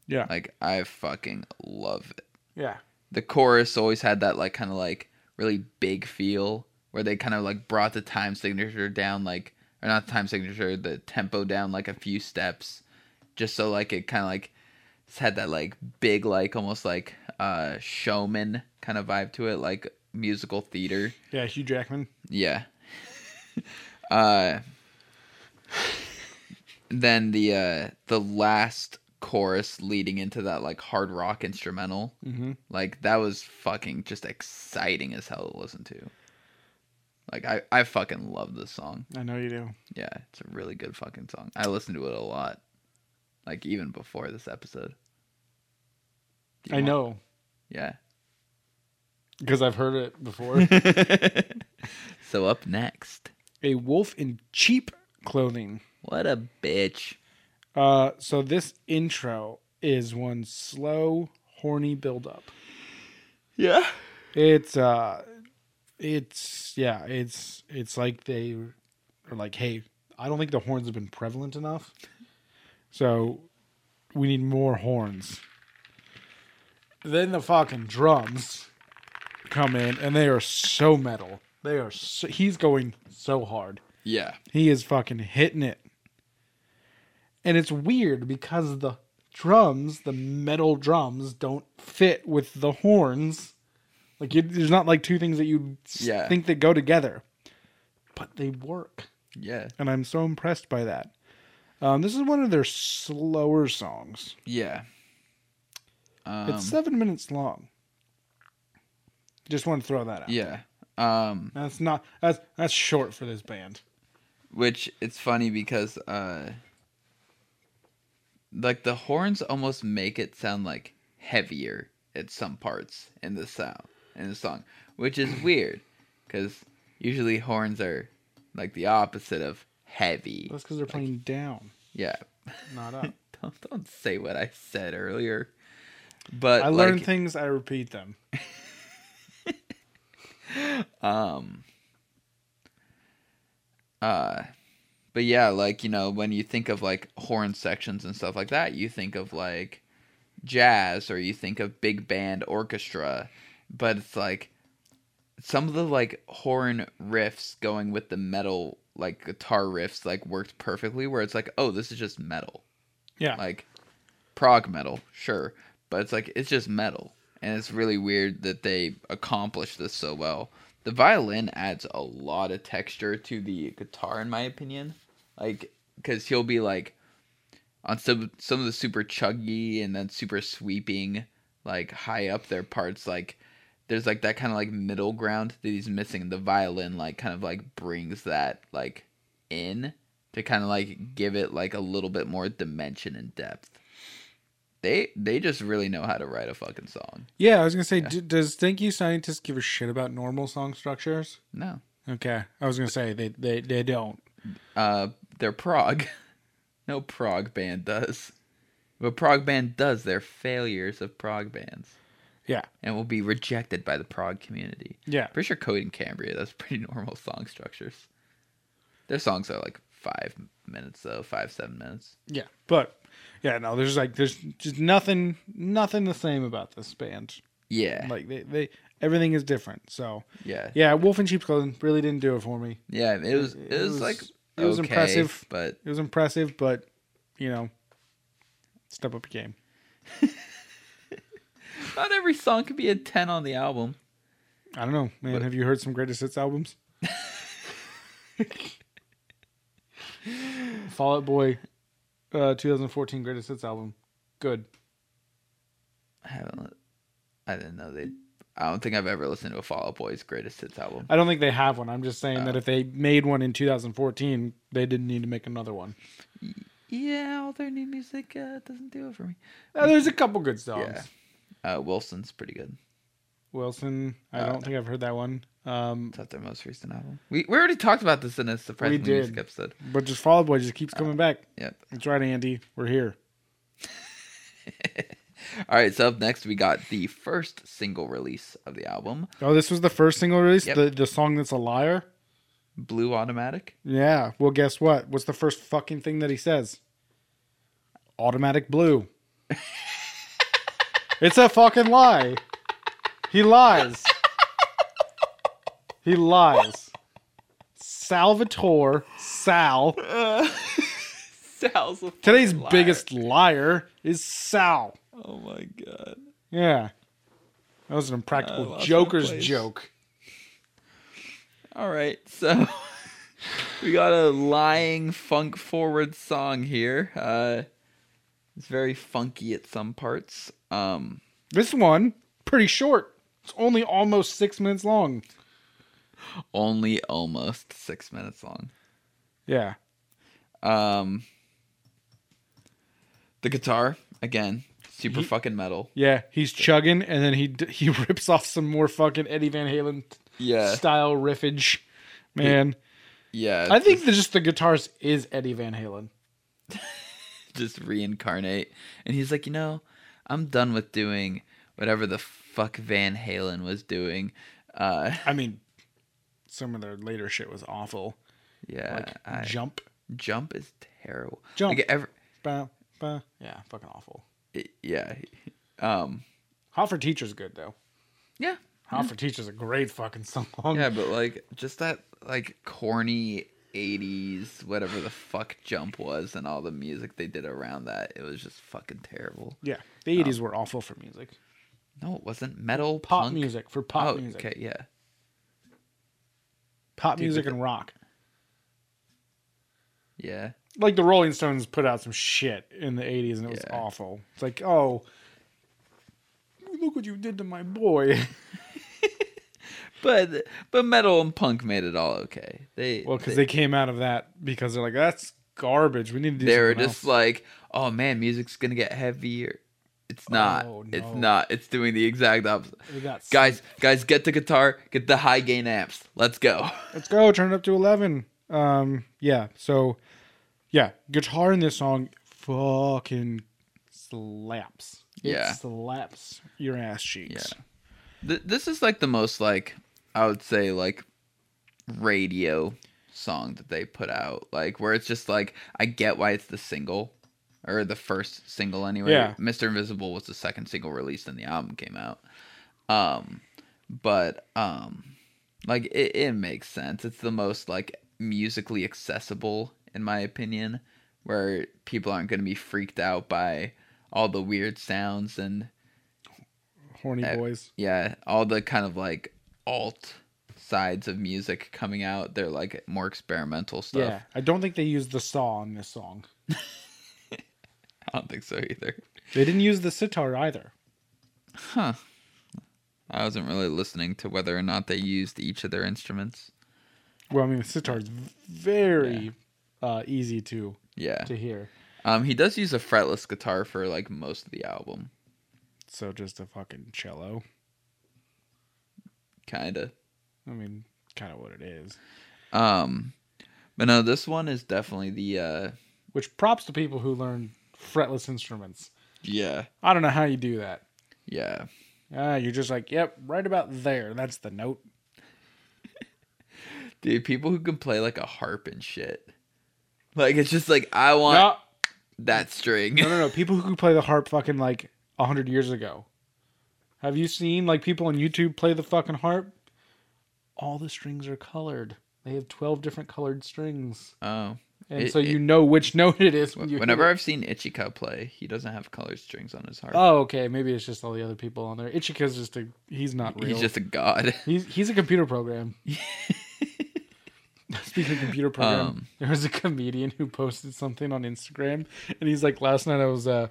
Speaker 1: Yeah.
Speaker 2: Like I fucking love it.
Speaker 1: Yeah.
Speaker 2: The chorus always had that like kind of like really big feel where they kind of like brought the time signature down like or not the time signature, the tempo down like a few steps just so like it kind of like it's had that like big like almost like uh showman kind of vibe to it like musical theater
Speaker 1: Yeah. Hugh Jackman.
Speaker 2: yeah uh then the uh the last chorus leading into that like hard rock instrumental
Speaker 1: Mm-hmm.
Speaker 2: like that was fucking just exciting as hell to listen to like i i fucking love this song
Speaker 1: I know you do.
Speaker 2: yeah it's a really good fucking song i listened to it a lot like even before this episode Do you
Speaker 1: I
Speaker 2: want-
Speaker 1: know
Speaker 2: *laughs*
Speaker 1: *laughs*
Speaker 2: yeah
Speaker 1: because I've heard it
Speaker 2: *laughs*
Speaker 1: before.
Speaker 2: so up next,
Speaker 1: a wolf in cheap clothing.
Speaker 2: what a bitch.
Speaker 1: Uh, so this intro is one slow, horny buildup.
Speaker 2: Yeah.
Speaker 1: It's uh, it's yeah, it's it's like they are like, hey, I don't think the horns have been prevalent enough, so we need more horns. Then the fucking drums come in, and they are so metal. They are so, he's going so hard.
Speaker 2: Yeah.
Speaker 1: He is fucking hitting it. And it's weird because the drums, the metal drums, don't fit with the horns. Like, you, there's not like two things that you
Speaker 2: Yeah.
Speaker 1: think that go together, but they work.
Speaker 2: Yeah.
Speaker 1: And I'm so impressed by that. Um, this is one of their slower songs.
Speaker 2: Yeah. Um,
Speaker 1: it's seven minutes long. Just want to throw that out.
Speaker 2: yeah. Um,
Speaker 1: That's not that's that's short for this band.
Speaker 2: which it's funny because uh, like the horns almost make it sound like heavier at some parts in the sound in the song,
Speaker 1: *clears throat*
Speaker 2: which is weird because usually horns are like the opposite of heavy.
Speaker 1: That's because they're playing down,
Speaker 2: Yeah. *laughs*
Speaker 1: not up.
Speaker 2: don't don't say what I said earlier. But
Speaker 1: I
Speaker 2: like,
Speaker 1: learn things, I repeat them.
Speaker 2: um uh but yeah, like, you know, when you think of like horn sections and stuff like that, you think of like jazz or you think of big band orchestra, but it's like some of the like horn riffs going with the metal like guitar riffs like worked perfectly where it's like, "Oh, this is just metal."
Speaker 1: Yeah.
Speaker 2: like prog metal, sure, but it's like it's just metal, and it's really weird that they accomplished this so well. The violin adds a lot of texture to the guitar, in my opinion, like because he'll be like on some some of the super chuggy and then super sweeping, like high up their parts, like. There's like that kind of like middle ground that he's missing. The violin like kind of like brings that like in to kind of like give it like a little bit more dimension and depth. They they just really know how to write a fucking song.
Speaker 1: Yeah, I was gonna say, d- does Thank You Scientist give a shit about normal song structures?
Speaker 2: No.
Speaker 1: Okay, I was gonna say they they, they don't.
Speaker 2: Uh they're prog. *laughs* no prog band does. What prog band does, they're failures of prog bands.
Speaker 1: Yeah.
Speaker 2: And will be rejected by the prog community.
Speaker 1: Yeah,
Speaker 2: Pretty sure Code and Cambria, that's *laughs* pretty normal song structures. Their songs are like five minutes though, five, seven minutes.
Speaker 1: yeah, but yeah, no, there's like there's just nothing nothing the same about this band.
Speaker 2: Yeah.
Speaker 1: Like they they everything is different. So
Speaker 2: yeah.
Speaker 1: yeah, Wolf in Sheep's Clothing really didn't do it for me.
Speaker 2: Yeah. It was
Speaker 1: It
Speaker 2: it, was,
Speaker 1: was-
Speaker 2: like
Speaker 1: it was
Speaker 2: okay,
Speaker 1: impressive.
Speaker 2: But
Speaker 1: It was impressive, but you know, step up your game.
Speaker 2: not every song could be a ten on the album.
Speaker 1: I don't know, man.
Speaker 2: But-
Speaker 1: have you heard some greatest hits
Speaker 2: *laughs*
Speaker 1: albums? Fall Out Boy, uh, 2014 greatest hits album, good.
Speaker 2: I haven't I didn't know they I don't think I've ever listened to a Fall Out Boy's greatest hits album.
Speaker 1: I don't think they have one. I'm just saying
Speaker 2: Oh.
Speaker 1: that if they made one in 2014, they didn't need to make another one.
Speaker 2: Yeah, all their new music uh, doesn't do it for me.
Speaker 1: Uh, there's a couple good songs.
Speaker 2: Yeah. Uh, Wilson's pretty good.
Speaker 1: Wilson, I
Speaker 2: Uh,
Speaker 1: don't think I've heard that one. Um,
Speaker 2: It's not their most recent album. We we already talked about this in a surprising
Speaker 1: did.
Speaker 2: music episode.
Speaker 1: but just Fall Out Boy just
Speaker 2: Uh.
Speaker 1: keeps coming back.
Speaker 2: Yep.
Speaker 1: That's right, Andy. We're here.
Speaker 2: All right, so up next we got the first single release of the album,
Speaker 1: Oh, this was the first single release.
Speaker 2: Yep.
Speaker 1: The the song that's a liar.
Speaker 2: Blue Automatic.
Speaker 1: Yeah. Well, guess what? What's the first fucking thing that he says? Automatic blue. it's a fucking lie. He lies. He lies. Salvatore Sal.
Speaker 2: Sal's a
Speaker 1: Today's
Speaker 2: fucking liar.
Speaker 1: biggest liar is Sal.
Speaker 2: Oh my god.
Speaker 1: Yeah. That was an
Speaker 2: I
Speaker 1: impractical
Speaker 2: lost my
Speaker 1: Joker's
Speaker 2: place.
Speaker 1: joke.
Speaker 2: All right, so *laughs* we got a lying funk forward song here. Uh, it's very funky at some parts. Um,
Speaker 1: This one, pretty short. It's only almost six minutes long.
Speaker 2: only almost six minutes long.
Speaker 1: Yeah.
Speaker 2: Um, the guitar again, super
Speaker 1: Ye-
Speaker 2: fucking metal.
Speaker 1: Yeah, he's chugging, and then he d- *laughs* he rips off some more fucking Eddie Van Halen
Speaker 2: Yeah,
Speaker 1: style riffage. Man,
Speaker 2: yeah.
Speaker 1: I think that just the guitars is Eddie Van Halen.
Speaker 2: just reincarnate. And he's like, you know, I'm done with doing whatever the fuck Van Halen was doing. Uh,
Speaker 1: I mean, some of their later shit was awful.
Speaker 2: yeah,
Speaker 1: Like
Speaker 2: Uh, I-
Speaker 1: jump,
Speaker 2: jump is terrible.
Speaker 1: Jump.
Speaker 2: Like every,
Speaker 1: ba, ba. yeah, fucking awful.
Speaker 2: it- yeah, um,
Speaker 1: Hot for Teacher's good though.
Speaker 2: yeah,
Speaker 1: Hot for Teacher's a great fucking song.
Speaker 2: yeah. But like, just that like corny. 80s whatever the fuck jump was and all the music they did around that it was just fucking terrible
Speaker 1: Yeah, the eighties were awful for music.
Speaker 2: no it wasn't metal
Speaker 1: Pop
Speaker 2: Oh. punk
Speaker 1: music for pop
Speaker 2: oh,
Speaker 1: music,
Speaker 2: okay yeah
Speaker 1: pop
Speaker 2: Dude,
Speaker 1: music
Speaker 2: but
Speaker 1: and rock.
Speaker 2: yeah
Speaker 1: like the Rolling Stones put out some shit in the eighties and it was
Speaker 2: Yeah.
Speaker 1: awful. It's like, oh look what you did to my boy. *laughs*
Speaker 2: but but metal and punk made it all okay they
Speaker 1: well, because they came out of that because they're like, that's garbage. We need to do
Speaker 2: they were
Speaker 1: something
Speaker 2: just like, "Oh man, music's gonna get heavier." It's not.
Speaker 1: Oh, no.
Speaker 2: It's not. It's doing the exact opposite.
Speaker 1: else. We got
Speaker 2: Guys, guys, get the guitar, get the high gain amps. Let's go. *laughs*
Speaker 1: let's go, turn it up to eleven. Um yeah, so yeah, guitar in this song fucking slaps. It
Speaker 2: Yeah.
Speaker 1: slaps your ass cheeks.
Speaker 2: Yeah. Th- this is like the most like I would say like radio song that they put out, like where it's just like I get why it's the single or the first single anyway.
Speaker 1: Yeah.
Speaker 2: Mr. Invisible was the second single released and the album came out. Um, but um, like it, it makes sense. It's the most like musically accessible in my opinion, where people aren't going to be freaked out by all the weird sounds and
Speaker 1: Horny
Speaker 2: Eh.
Speaker 1: boys.
Speaker 2: yeah, all the kind of like alt sides of music coming out. They're like more experimental stuff.
Speaker 1: Yeah. I don't think they used the saw in this song.
Speaker 2: I don't think so either.
Speaker 1: They didn't use the sitar either.
Speaker 2: Huh. I wasn't really listening to whether or not they used each of their instruments.
Speaker 1: Well, I mean, the sitar's very uh, easy to
Speaker 2: Yeah.
Speaker 1: to hear.
Speaker 2: Um, he does use a fretless guitar for like most of the album,
Speaker 1: So just a fucking cello.
Speaker 2: kinda.
Speaker 1: I mean, kind of what it is.
Speaker 2: Um, but no, this one is definitely the uh,
Speaker 1: Which props to people who learn fretless instruments.
Speaker 2: yeah,
Speaker 1: I don't know how you do that.
Speaker 2: yeah.
Speaker 1: Ah, you're just like, yep, right about there. That's the note.
Speaker 2: Dude, people who can play like a harp and shit, like it's just like I want
Speaker 1: No,
Speaker 2: that string. *laughs*
Speaker 1: no, no, no. People who could play the harp fucking like a hundred years ago. Have you seen like people on YouTube play the fucking harp? All the strings are colored. They have twelve different colored strings,
Speaker 2: oh,
Speaker 1: and
Speaker 2: It-
Speaker 1: so
Speaker 2: it-
Speaker 1: you know which note it is when you. hear
Speaker 2: whenever
Speaker 1: it.
Speaker 2: I've seen Ichika play, he doesn't have colored strings on his harp.
Speaker 1: Oh, okay. Maybe it's just all the other people on there. Ichika's just a. He's not real.
Speaker 2: He's just a god. *laughs*
Speaker 1: He's he's a computer program. Speaking of computer program,
Speaker 2: Um,
Speaker 1: there was a comedian who posted something on Instagram, and he's like, "Last night I was uh,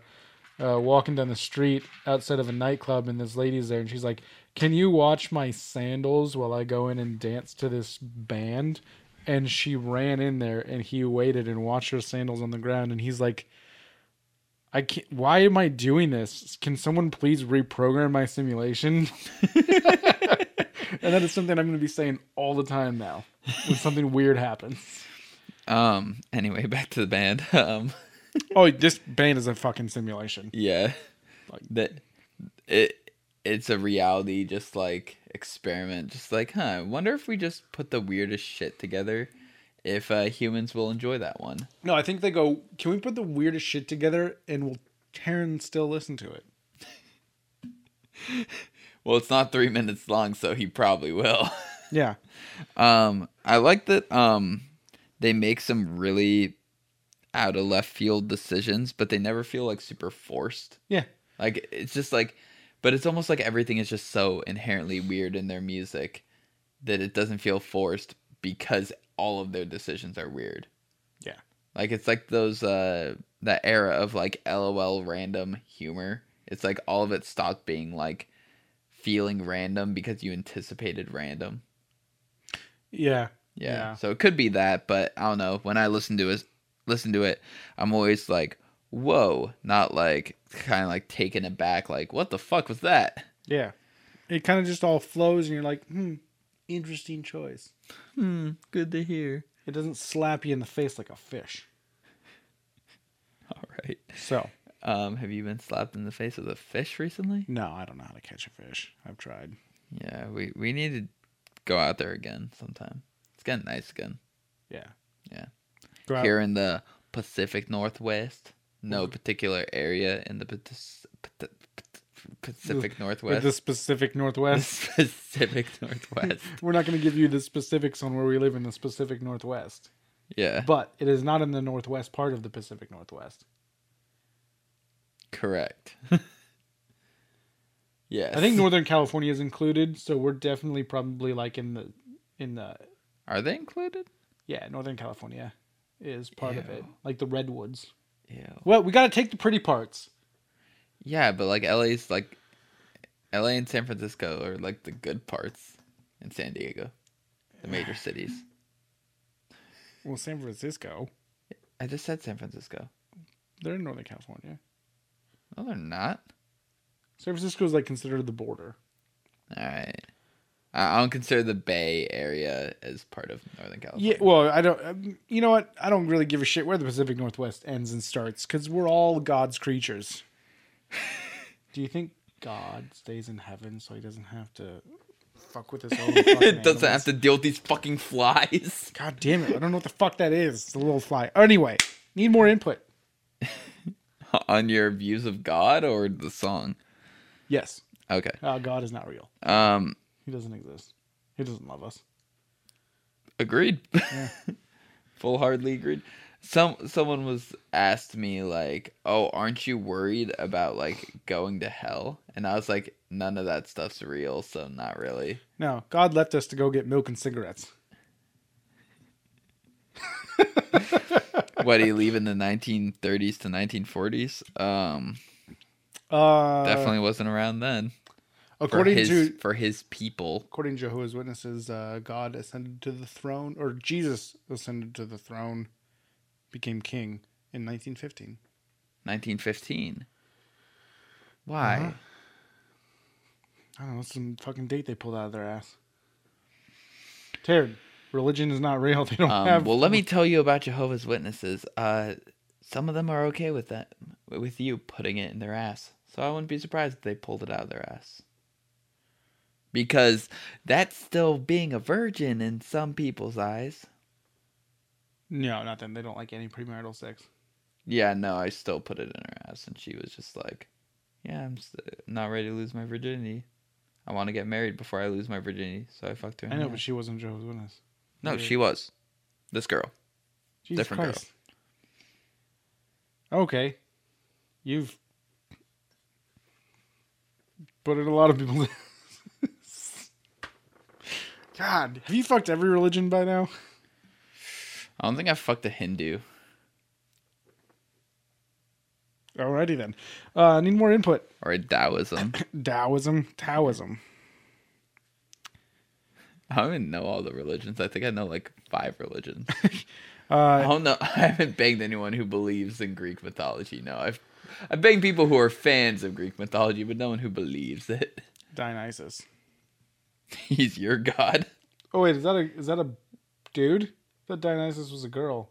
Speaker 1: uh, walking down the street outside of a nightclub, and this lady's there, and she's like, "Can you watch my sandals while I go in and dance to this band?" And she ran in there, and he waited and watched her sandals on the ground, and he's like. I can't. Why am I doing this? Can someone please reprogram my simulation? *laughs* And that is something I'm going to be saying all the time now when something weird happens.
Speaker 2: Um. Anyway, *laughs* back to the band. Um.
Speaker 1: Oh, this band is a fucking simulation.
Speaker 2: Yeah.
Speaker 1: Like-
Speaker 2: that it it's a reality just like experiment. Just like, huh, I wonder if we just put the weirdest shit together if uh humans will enjoy that one.
Speaker 1: No, I think they go, can we put the weirdest shit together and will Taryn still listen to it?
Speaker 2: Well, it's not 3 minutes long, so he probably will. *laughs*
Speaker 1: Yeah.
Speaker 2: um I like that um they make some really out of left field decisions, but they never feel like super forced.
Speaker 1: Yeah.
Speaker 2: Like it's just like but it's almost like everything is just so inherently weird in their music that it doesn't feel forced because all of their decisions are weird.
Speaker 1: Yeah.
Speaker 2: Like it's like those uh that era of like LOL random humor. It's like all of it stopped being like feeling random because you anticipated random.
Speaker 1: Yeah.
Speaker 2: Yeah.
Speaker 1: Yeah.
Speaker 2: So it could be that, but I don't know. When I listen to it, listen to it, I'm always like, "Whoa!" Not like kind of like taken aback, like, "What the fuck was that?"
Speaker 1: Yeah. It kind of just all flows and you're like, hmm, interesting choice.
Speaker 2: Hmm. Good to hear.
Speaker 1: It doesn't slap you in the face like a fish.
Speaker 2: All *laughs* right.
Speaker 1: So,
Speaker 2: Um. Have you been slapped in the face with a fish recently?
Speaker 1: no, I don't know how to catch a fish. I've tried.
Speaker 2: Yeah. We we need to go out there again sometime. It's getting nice again
Speaker 1: Yeah.
Speaker 2: Yeah.
Speaker 1: Go out-
Speaker 2: here in the Pacific Northwest. No particular area in the Patis- Pat- Pat- Pacific Northwest.
Speaker 1: The specific
Speaker 2: the *laughs*
Speaker 1: Northwest.
Speaker 2: Pacific *laughs* Northwest.
Speaker 1: We're not going to give you the specifics on where we live in the Pacific Northwest.
Speaker 2: Yeah.
Speaker 1: but it is not in the northwest part of the Pacific Northwest. *laughs*
Speaker 2: Correct. yes.
Speaker 1: I think Northern California is included, so we're definitely probably like in the in the
Speaker 2: are they included?
Speaker 1: yeah, Northern California is part of it,
Speaker 2: Ew.
Speaker 1: like the redwoods.
Speaker 2: Yeah.
Speaker 1: Well, we got to take the pretty parts.
Speaker 2: Yeah, but like LA's like LA and San Francisco are like the good parts in San Diego.
Speaker 1: *sighs*
Speaker 2: The major cities.
Speaker 1: Well, San Francisco,
Speaker 2: I just said San Francisco.
Speaker 1: they're in Northern California.
Speaker 2: No, they're not.
Speaker 1: San Francisco is like considered the border.
Speaker 2: All right. I I don't consider the Bay Area as part of Northern California.
Speaker 1: *laughs* Yeah, well, I don't. um, You know what? I don't really give a shit where the Pacific Northwest ends and starts because we're all God's
Speaker 2: *laughs*
Speaker 1: creatures. Do you think God stays in heaven so he doesn't have to fuck with his
Speaker 2: *laughs*
Speaker 1: own?
Speaker 2: it doesn't have to deal with these fucking flies. *laughs*
Speaker 1: God damn it! I don't know what the fuck that is. It's a little fly. Anyway, need more input.
Speaker 2: On your views of God or the song.
Speaker 1: Yes,
Speaker 2: Okay.
Speaker 1: uh, God is not real.
Speaker 2: Um
Speaker 1: He doesn't exist. He doesn't love us.
Speaker 2: Agreed. *laughs* Full hardly agreed. Some someone was asked me like, "Oh, aren't you worried about like going to hell?" And I was like, "None of that stuff's real, so not really."
Speaker 1: No, God left us to go get milk and cigarettes.
Speaker 2: what do you leave in the 1930s to 1940s? Um,
Speaker 1: Uh,
Speaker 2: definitely wasn't around then. For
Speaker 1: According
Speaker 2: his
Speaker 1: to
Speaker 2: for his people,
Speaker 1: according to Jehovah's Witnesses, uh, God ascended to the throne, or Jesus ascended to the throne, became king in 1915.
Speaker 2: 1915. Why?
Speaker 1: Uh-huh. I don't know. It's some fucking date they pulled out of their ass. Terry, religion is not real. *laughs* They don't
Speaker 2: Um,
Speaker 1: have.
Speaker 2: well, let me tell you about Jehovah's Witnesses. Uh, some of them are okay with that, with you putting it in their ass. So I wouldn't be surprised if they pulled it out of their ass. Because that's still being a virgin in some people's eyes.
Speaker 1: No, not them. They don't like any premarital sex.
Speaker 2: Yeah, no, I still put it in her ass, and she was just like, "Yeah, I'm st- not ready to lose my virginity. I want to get married before I lose my virginity." So I fucked her. In
Speaker 1: I
Speaker 2: the
Speaker 1: know,
Speaker 2: ass.
Speaker 1: but she wasn't Jehovah's Witness.
Speaker 2: no, she was this girl.
Speaker 1: Jesus
Speaker 2: Different girl.
Speaker 1: Christ. Okay, you've put in a lot of people. *laughs* God, have you fucked every religion by now?
Speaker 2: I don't think I fucked a Hindu.
Speaker 1: Alrighty then. Uh, I need more input.
Speaker 2: or Taoism.
Speaker 1: Taoism, Taoism.
Speaker 2: I don't even know all the religions. I think I know like five religions. I
Speaker 1: Uh,
Speaker 2: don't know. *laughs* I haven't banged anyone who believes in Greek mythology. No, I've I've banged people who are fans of Greek mythology, but no one who believes it. *laughs*
Speaker 1: Dionysus.
Speaker 2: He's your god.
Speaker 1: Oh wait, is that a is that a dude? That Dionysus was a girl.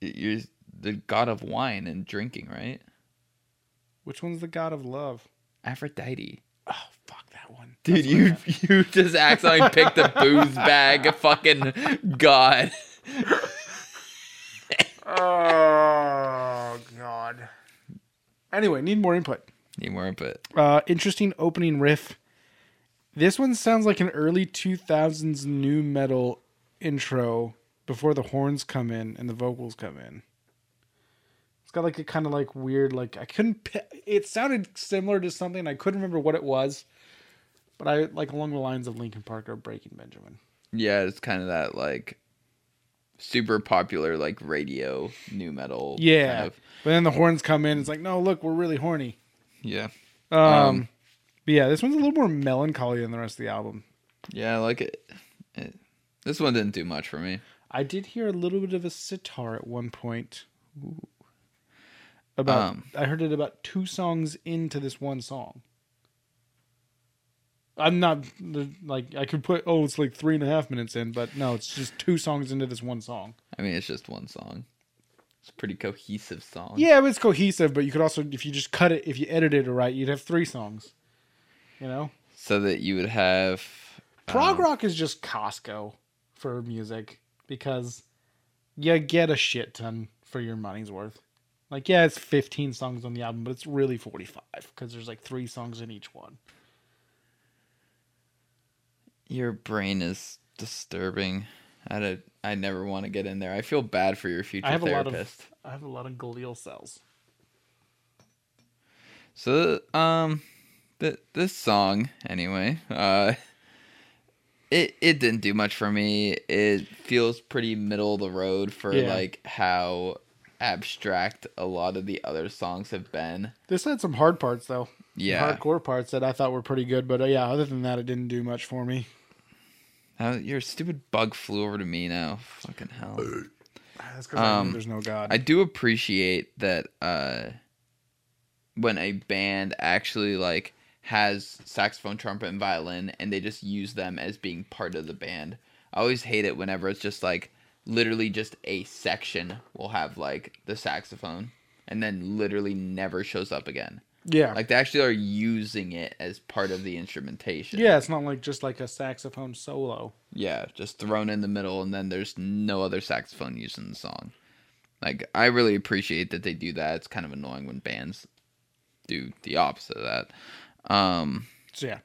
Speaker 2: You're the god of wine and drinking, right?
Speaker 1: Which one's the god of love?
Speaker 2: Aphrodite.
Speaker 1: Oh fuck that one,
Speaker 2: Dude, you *laughs* you just accidentally picked the booze bag fucking god. *laughs*
Speaker 1: Oh god. Anyway, need more input.
Speaker 2: You weren't, but
Speaker 1: Uh, interesting opening riff. This one sounds like an early two thousands new metal intro before the horns come in and the vocals come in. It's got like a kind of like weird like I couldn't. pi- It sounded similar to something I couldn't remember what it was, but I like along the lines of Linkin Park or Breaking Benjamin.
Speaker 2: yeah, it's kind of that like super popular like radio new metal. kind
Speaker 1: Yeah,
Speaker 2: of-
Speaker 1: but then the horns come in. It's like no, look, we're really horny.
Speaker 2: Yeah.
Speaker 1: Um,
Speaker 2: Um,
Speaker 1: but yeah, this one's a little more melancholy than the rest of the album.
Speaker 2: Yeah, I like it. it. This one didn't do much for me.
Speaker 1: I did hear a little bit of a sitar at one point. About
Speaker 2: Um.
Speaker 1: I heard it about two songs into this one song. I'm not the- like I could put oh it's like three and a half minutes in, but no, it's just two songs into this one song.
Speaker 2: I mean, it's just one song. It's a pretty cohesive song.
Speaker 1: Yeah, but it's cohesive. But you could also if you just cut it if you edited it right, you'd have three songs. You know,
Speaker 2: So that you would have
Speaker 1: prog
Speaker 2: Um,
Speaker 1: rock is just Costco for music because you get a shit ton for your money's worth. Like, yeah, it's 15 songs on the album, but it's really 45 because there's like three songs in each one.
Speaker 2: your brain is disturbing. I don't, I never want to get in there. I feel bad for your future
Speaker 1: I have a lot
Speaker 2: therapist.
Speaker 1: of I have a lot of glial cells.
Speaker 2: So um, th- this song anyway. Uh, it it didn't do much for me. It feels pretty middle of the road for
Speaker 1: Yeah.
Speaker 2: like how abstract a lot of the other songs have been.
Speaker 1: This had some hard parts though,
Speaker 2: Yeah,
Speaker 1: hardcore parts that I thought were pretty good, but uh, yeah, other than that, it didn't do much for me. *sighs*
Speaker 2: How- Uh, your stupid bug flew over to me now. Fucking hell.
Speaker 1: That's because I knew
Speaker 2: Um,
Speaker 1: there's no god.
Speaker 2: I do appreciate that uh when a band actually like has saxophone, trumpet, and violin and they just use them as being part of the band. I always hate it whenever it's just like literally just a section will have like the saxophone and then literally never shows up again.
Speaker 1: yeah,
Speaker 2: Like they actually are using it as part of the instrumentation.
Speaker 1: yeah, it's not like just like a saxophone solo.
Speaker 2: Yeah, just thrown in the middle, and then there's no other saxophone used in the song. Like, I really appreciate that they do that. It's kind of annoying when bands do the opposite of that. Um,
Speaker 1: So yeah,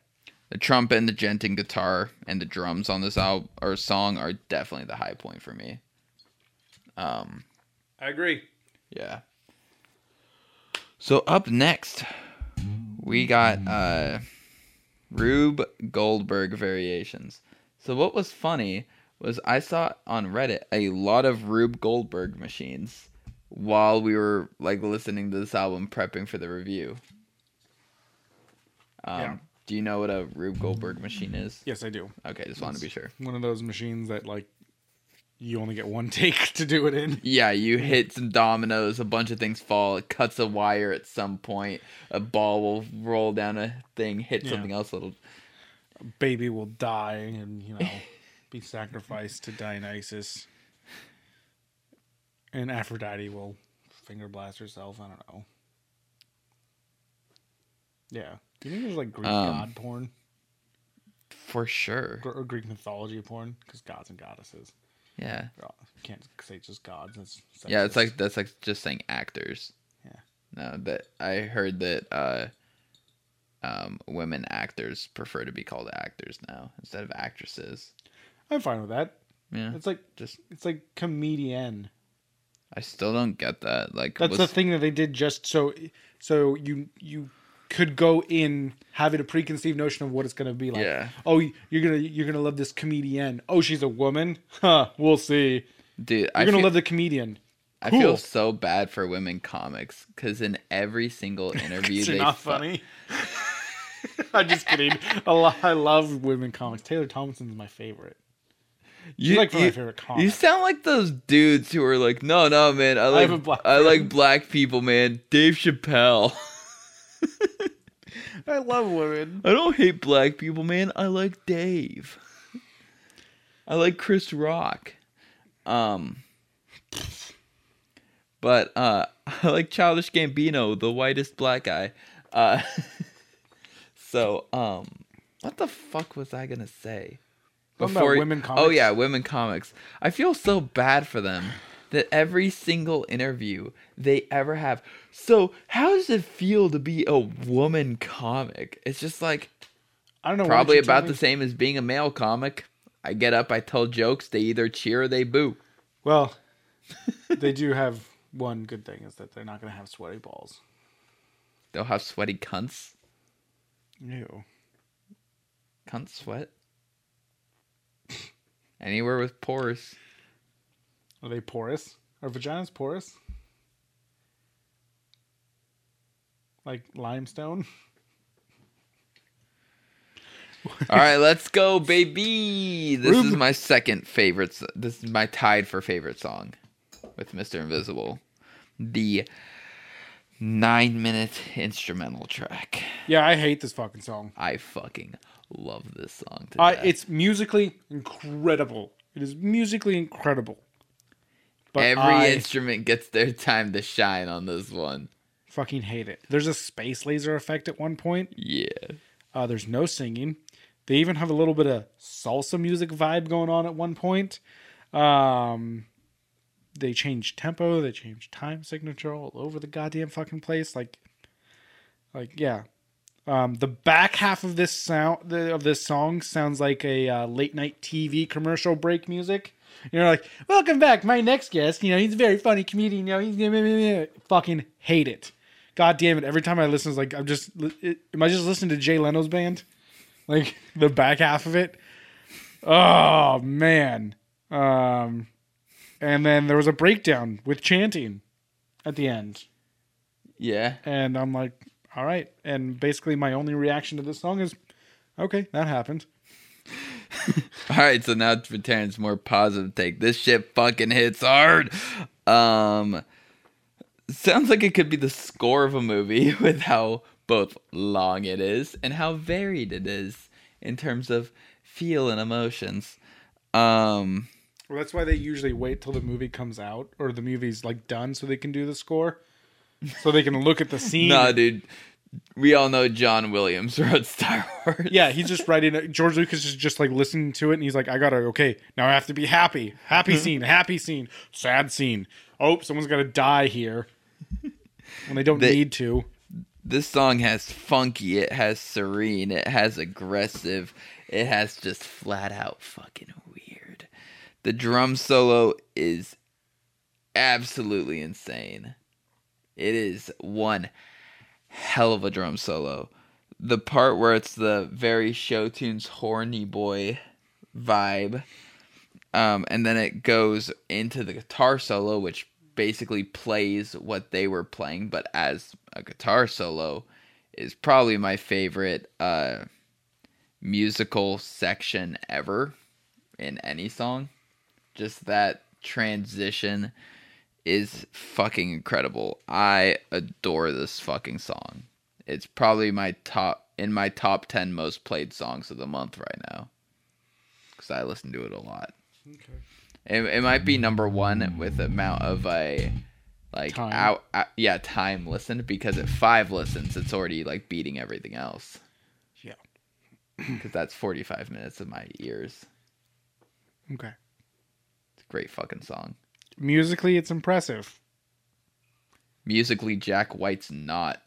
Speaker 2: the trumpet and the genting guitar and the drums on this album or song are definitely the high point for me. Um,
Speaker 1: I agree.
Speaker 2: yeah. So up next, we got uh, Rube Goldberg variations. So what was funny was I saw on Reddit a lot of Rube Goldberg machines while we were like listening to this album, prepping for the review. Um,
Speaker 1: Yeah.
Speaker 2: Do you know what a Rube Goldberg machine is?
Speaker 1: Yes, I do.
Speaker 2: Okay, just wanted to be sure.
Speaker 1: One of those machines that like you only get one *laughs* take to do it in.
Speaker 2: Yeah, you hit some dominoes, a bunch of things fall, it cuts a wire at some point, a ball will roll down a thing, hit
Speaker 1: Yeah.
Speaker 2: something else that'll
Speaker 1: Baby will die and, you *laughs* know, be sacrificed to Dionysus. And Aphrodite will finger blast herself. I don't know. Yeah. Do you think there's like Greek
Speaker 2: Um,
Speaker 1: god porn
Speaker 2: for sure.
Speaker 1: or Greek mythology porn? Because gods and goddesses.
Speaker 2: Yeah.
Speaker 1: Oh, you can't say just gods. That's
Speaker 2: Yeah, it's
Speaker 1: sexist.
Speaker 2: like that's like just saying actors.
Speaker 1: Yeah.
Speaker 2: No, that I heard that uh um women actors prefer to be called actors now instead of actresses.
Speaker 1: I'm fine with that.
Speaker 2: Yeah.
Speaker 1: It's like
Speaker 2: Just
Speaker 1: it's like comedian.
Speaker 2: I still don't get that. Like
Speaker 1: That's the
Speaker 2: what's-
Speaker 1: thing that they did just so so you you could go in having a preconceived notion of what it's going to be like.
Speaker 2: Yeah.
Speaker 1: Oh, you're going to you're going to love this comedian. Oh, she's a woman. Huh, we'll see.
Speaker 2: dude, I
Speaker 1: You're going to
Speaker 2: feel-
Speaker 1: love the comedian.
Speaker 2: I
Speaker 1: Cool.
Speaker 2: feel so bad for women comics because in
Speaker 1: *laughs*
Speaker 2: every single interview
Speaker 1: You're
Speaker 2: they
Speaker 1: not
Speaker 2: fu- *laughs*
Speaker 1: funny. I'm just kidding. I lo- I love women comics. Taylor Thompson's my favorite.
Speaker 2: You,
Speaker 1: like one of my
Speaker 2: you-
Speaker 1: favorite
Speaker 2: you
Speaker 1: comics.
Speaker 2: sound like those dudes who are like, no, no, man, I like
Speaker 1: have
Speaker 2: I,
Speaker 1: a black
Speaker 2: like black people, man. Dave Chappelle. *laughs*
Speaker 1: I love women.
Speaker 2: I don't hate black people, man. I like Dave. I like Chris Rock. Um, but uh, *laughs* I like Childish Gambino, the whitest black guy. Uh, *laughs* so um, what the fuck was I gonna say?
Speaker 1: Something about women
Speaker 2: Oh
Speaker 1: comics?
Speaker 2: yeah, women comics. I feel so bad for them that every single interview they ever have. So how does it feel to be a woman comic? It's just like
Speaker 1: I don't know. Oh, why don't
Speaker 2: probably
Speaker 1: you tell
Speaker 2: about
Speaker 1: me?
Speaker 2: the same as being a male comic. I get up, I tell jokes, they either cheer or they boo.
Speaker 1: Well, they do have one good thing is that they're not going to have sweaty balls.
Speaker 2: They'll have sweaty cunts.
Speaker 1: Ew.
Speaker 2: Cunt sweat. *laughs* Anywhere with pores.
Speaker 1: Are they porous? Are vaginas porous? Like limestone?
Speaker 2: All right, let's go, baby. This is
Speaker 1: Rube-
Speaker 2: my second favorite. s- This is my tied for favorite song with Mr. Invisible. The nine minute instrumental track.
Speaker 1: Yeah, I hate this fucking song.
Speaker 2: I fucking love this song. To
Speaker 1: Uh,
Speaker 2: death.
Speaker 1: it's musically incredible. It is musically incredible. But
Speaker 2: Every
Speaker 1: I
Speaker 2: instrument gets their time to shine on this one.
Speaker 1: fucking hate it. There's a space laser effect at one point.
Speaker 2: Yeah.
Speaker 1: Uh, there's no singing. They even have a little bit of salsa music vibe going on at one point. Um, they change tempo, they change time signature all over the goddamn fucking place. Like, like yeah. Um, the back half of this sound the, of this song sounds like a uh, late night TV commercial break music. You know, like welcome back, my next guest. You know, he's a very funny comedian. You know, he's gonna fucking hate it. God damn it! Every time I listen, it's like I'm just li- it- am I just listening to Jay Leno's band? Like *laughs* the back half of it. Oh man. Um, and then there was a breakdown with chanting at the end
Speaker 2: Yeah.
Speaker 1: and I'm like, all right. And basically, my only reaction to this song is, okay, that happened.
Speaker 2: *laughs* All right, so now for Terrence's more positive take. This shit fucking hits hard. Um sounds like it could be the score of a movie *laughs* with how both long it is and how varied it is in terms of feel and emotions. Um
Speaker 1: Well, that's why they usually wait till the movie comes out or the movie's like done so they can do the score, so they can look at *laughs* the scene.
Speaker 2: no, dude. We all know John Williams *laughs* wrote Star Wars.
Speaker 1: Yeah, he's just writing it. George Lucas is just like listening to it and he's like, I gotta, okay, now I have to be happy. Happy scene, happy scene, sad scene. Oh, someone's gotta die here. And they don't
Speaker 2: They-
Speaker 1: need to.
Speaker 2: this song has funky, it has serene, it has aggressive, it has just flat out fucking weird. The drum solo is absolutely insane. It is one hell of a drum solo. The part where it's the very show tunes horny boy vibe. Um, and then it goes into the guitar solo, which basically plays what they were playing, but as a guitar solo is probably my favorite uh, musical section ever in any song. Just that transition is fucking incredible. I adore this fucking song. It's probably my top in my top 10 most played songs of the month right now. Cuz I listen to it a lot.
Speaker 1: Okay.
Speaker 2: It, it might be number 1 with amount of a like
Speaker 1: Time.
Speaker 2: out, out yeah, time listened because at 5 listens it's already like beating everything else. *clears throat*
Speaker 1: Yeah.
Speaker 2: Cuz that's 45 minutes of my ears.
Speaker 1: Okay.
Speaker 2: It's a great fucking song.
Speaker 1: Musically, it's impressive.
Speaker 2: Musically Jack White's not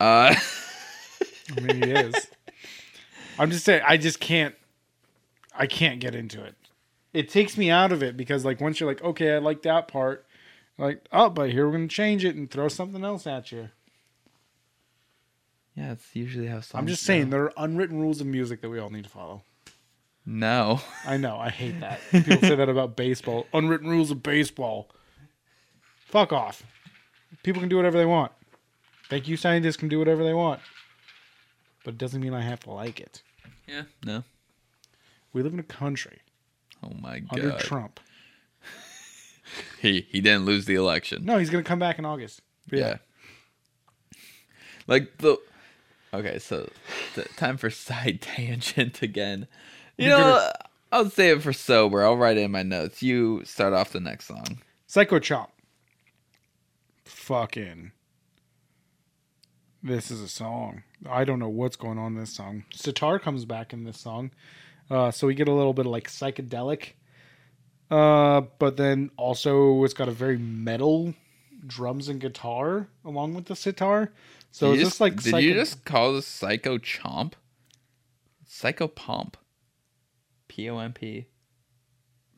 Speaker 2: uh *laughs*
Speaker 1: I mean, it is. I'm just saying, I just can't, I can't get into it. It takes me out of it because, like, once you're like, okay, I like that part, like, oh, but here we're gonna change it and throw something else at you.
Speaker 2: Yeah, it's usually how songs.
Speaker 1: I'm just
Speaker 2: go.
Speaker 1: saying, there are unwritten rules of music that we all need to follow.
Speaker 2: No,
Speaker 1: I know, I hate that. People say that about baseball. *laughs* Unwritten rules of baseball. Fuck off. People can do whatever they want. Thank you, scientists can do whatever they want. But it doesn't mean I have to like it.
Speaker 2: yeah, no.
Speaker 1: We live in a country
Speaker 2: Oh my
Speaker 1: under
Speaker 2: god,
Speaker 1: Trump.
Speaker 2: he he didn't lose the election.
Speaker 1: No, he's gonna come back in August. But
Speaker 2: yeah. like the. Okay, so t- time for *laughs* side tangent again. You
Speaker 1: You're
Speaker 2: know,
Speaker 1: gonna-
Speaker 2: uh, I'll save it for sober. I'll write it in my notes. You start off the next song.
Speaker 1: Psycho Chop. Fucking. This is a song. I don't know what's going on in this song. Sitar comes back in this song. Uh, so we get a little bit of like psychedelic. Uh, but then also it's got a very metal drums and guitar along with the sitar. So
Speaker 2: Did
Speaker 1: it's
Speaker 2: you
Speaker 1: just, like
Speaker 2: did you just call this psycho chomp? Psycho pomp. P O M P.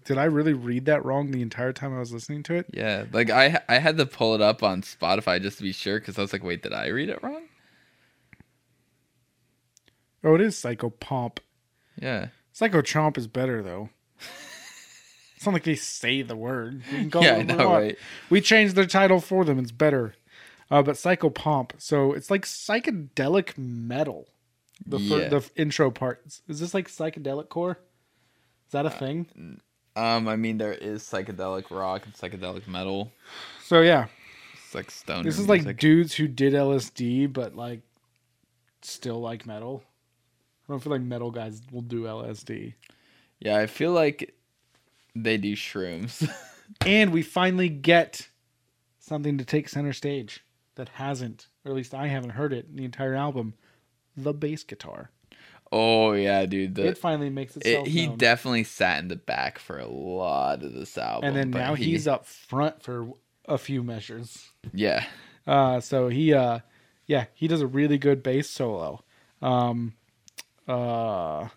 Speaker 1: did I really read that wrong the entire time I was listening to it?
Speaker 2: Yeah, like I I had to pull it up on Spotify just to be sure because I was like, wait, did I read it wrong?
Speaker 1: Oh, it is Psycho Pomp.
Speaker 2: Yeah,
Speaker 1: Psycho Chomp is better though. it's not like they say the word. We can call it
Speaker 2: yeah, I
Speaker 1: whatever
Speaker 2: know,
Speaker 1: we want.
Speaker 2: right?
Speaker 1: We changed their title for them. It's better. Uh, but Psycho Pomp. So it's like psychedelic metal. The fir-
Speaker 2: Yeah.
Speaker 1: the f- intro part Is- is this like psychedelic core? Is
Speaker 2: Uh,
Speaker 1: that a thing?
Speaker 2: Um, I mean, there is psychedelic rock and psychedelic metal.
Speaker 1: So yeah,
Speaker 2: It's like stoner.
Speaker 1: this is like
Speaker 2: music.
Speaker 1: dudes who did LSD but like still like metal. I don't feel like metal guys will do LSD.
Speaker 2: yeah, I feel like they do shrooms. *laughs*
Speaker 1: And we finally get something to take center stage that hasn't, or at least I haven't heard it in the entire album. The bass guitar.
Speaker 2: oh yeah, dude, the,
Speaker 1: it finally makes itself
Speaker 2: it, he
Speaker 1: known.
Speaker 2: definitely sat in the back for a lot of this album.
Speaker 1: and then
Speaker 2: but
Speaker 1: now
Speaker 2: he-
Speaker 1: he's up front for a few measures.
Speaker 2: yeah,
Speaker 1: Uh, so he, uh, yeah, he does a really good bass solo. Um, uh,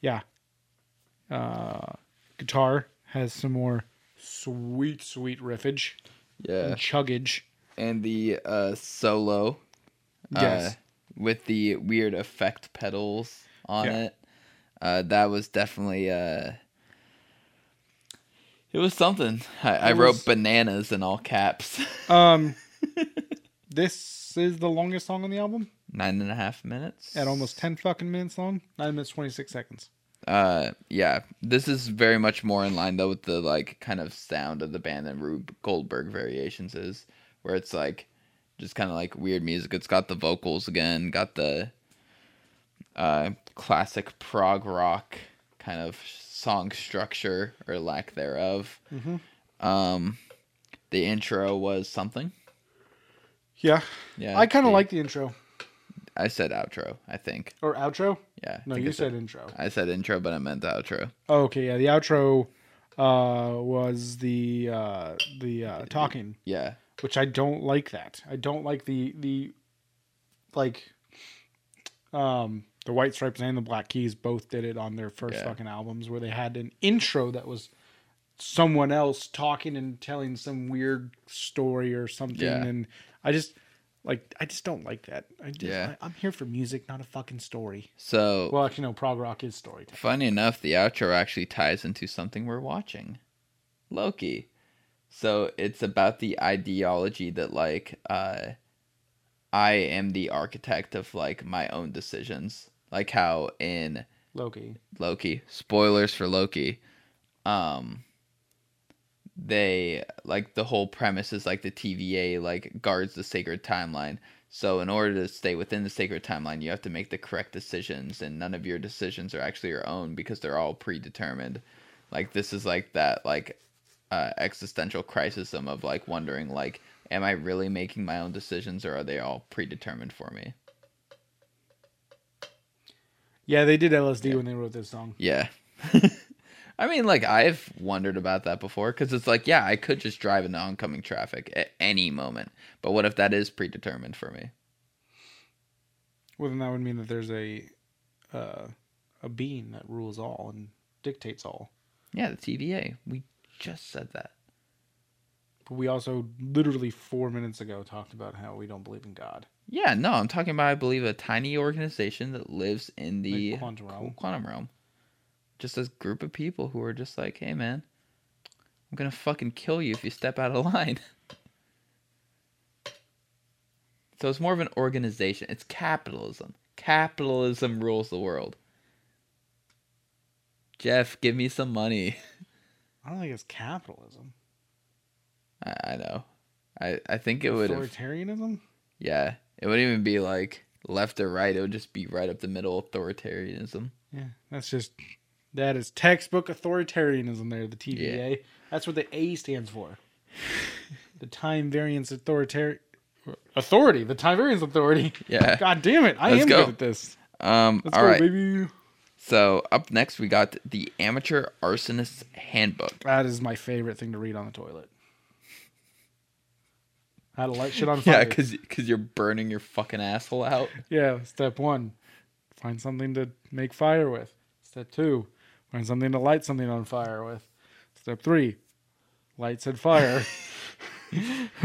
Speaker 1: yeah. Uh, guitar has some more sweet, sweet riffage
Speaker 2: yeah,
Speaker 1: and chuggage.
Speaker 2: and the uh solo.
Speaker 1: Yes.
Speaker 2: uh, with the weird effect pedals on
Speaker 1: Yeah.
Speaker 2: it. Uh, that was definitely uh, it was something. I, I
Speaker 1: It was-
Speaker 2: wrote bananas in all caps.
Speaker 1: Um, this is the longest song on the album
Speaker 2: *laughs* Nine and a half minutes
Speaker 1: at almost 10 fucking minutes long. 9 minutes, 26 seconds.
Speaker 2: Uh, yeah, this is very much more in line though with the like kind of sound of the band than Rube Goldberg Variations is, where it's like just kind of like weird music. It's got the vocals again, got the uh classic prog rock kind of song structure or lack thereof.
Speaker 1: Mhm.
Speaker 2: Um, the intro was something.
Speaker 1: Yeah.
Speaker 2: Yeah,
Speaker 1: I kind of
Speaker 2: the-
Speaker 1: like the intro
Speaker 2: I said outro. I think.
Speaker 1: or outro.
Speaker 2: Yeah. I
Speaker 1: No,
Speaker 2: think
Speaker 1: you
Speaker 2: I
Speaker 1: said intro.
Speaker 2: I said intro, but I meant outro.
Speaker 1: Oh, okay. Yeah. The outro uh, was the uh, the uh, talking,
Speaker 2: Yeah.
Speaker 1: which I don't like that. I don't like the, the, like, um, the White Stripes and the Black Keys both did it on their first
Speaker 2: Yeah.
Speaker 1: fucking albums where they had an intro that was someone else talking and telling some weird story or something
Speaker 2: Yeah.
Speaker 1: and I just like I just don't like that. I just,
Speaker 2: Yeah.
Speaker 1: I, am here for music, not a fucking story.
Speaker 2: So
Speaker 1: Well, actually no, prog rock is story.
Speaker 2: Funny enough, the outro actually ties into something we're watching Loki. So it's about the ideology that, like, uh, I am the architect of, like, my own decisions. Like how in
Speaker 1: Loki.
Speaker 2: Loki, spoilers for Loki, um they like the whole premise is like the TVA like guards the sacred timeline. So in order to stay within the sacred timeline, you have to make the correct decisions and none of your decisions are actually your own because they're all predetermined. Like this is like that like uh, existential crisis of like wondering like am I really making my own decisions or are they all predetermined for me?
Speaker 1: Yeah, they did LSD when they wrote this song.
Speaker 2: Yeah. *laughs* I mean, like, I've wondered about that before because it's like, yeah, I could just drive into oncoming traffic at any moment. But what if that is predetermined for me?
Speaker 1: Well, then that would mean that there's a uh, a being that rules all and dictates all.
Speaker 2: Yeah, the TVA. We just said that.
Speaker 1: But we also literally four minutes ago talked about how we don't believe in God.
Speaker 2: Yeah, no, I'm talking about, I believe, a tiny organization that lives in the
Speaker 1: Like quantum realm.
Speaker 2: quantum realm. Just a group of people who are just like, hey, man, I'm going to fucking kill you if you step out of *laughs* line. so it's more of an organization. It's capitalism. Capitalism rules the world. Jeff, give me some money. *laughs*
Speaker 1: I don't think it's capitalism.
Speaker 2: I, I know. I, I think it would have.
Speaker 1: Authoritarianism?
Speaker 2: Yeah. It wouldn't even be like left or right. It would just be right up the middle authoritarianism.
Speaker 1: Yeah, that's just that is textbook authoritarianism. There, the TVA. That's what the A stands for. *laughs* the time variance authoritarian authority. The time variance
Speaker 2: *laughs*
Speaker 1: authority.
Speaker 2: Yeah.
Speaker 1: God damn it! I
Speaker 2: Let's
Speaker 1: am
Speaker 2: go.
Speaker 1: good at this.
Speaker 2: Um
Speaker 1: Let's
Speaker 2: all
Speaker 1: go,
Speaker 2: right.
Speaker 1: baby.
Speaker 2: So up next we got the amateur arsonist handbook.
Speaker 1: That is my favorite thing to read on the toilet. How to light shit on
Speaker 2: Yeah,
Speaker 1: fire. Yeah,
Speaker 2: cuz cuz you're burning your fucking asshole out.
Speaker 1: step one, find something to make fire with. Step two, find something to light something on fire with. Step three, light said
Speaker 2: *laughs*
Speaker 1: fire.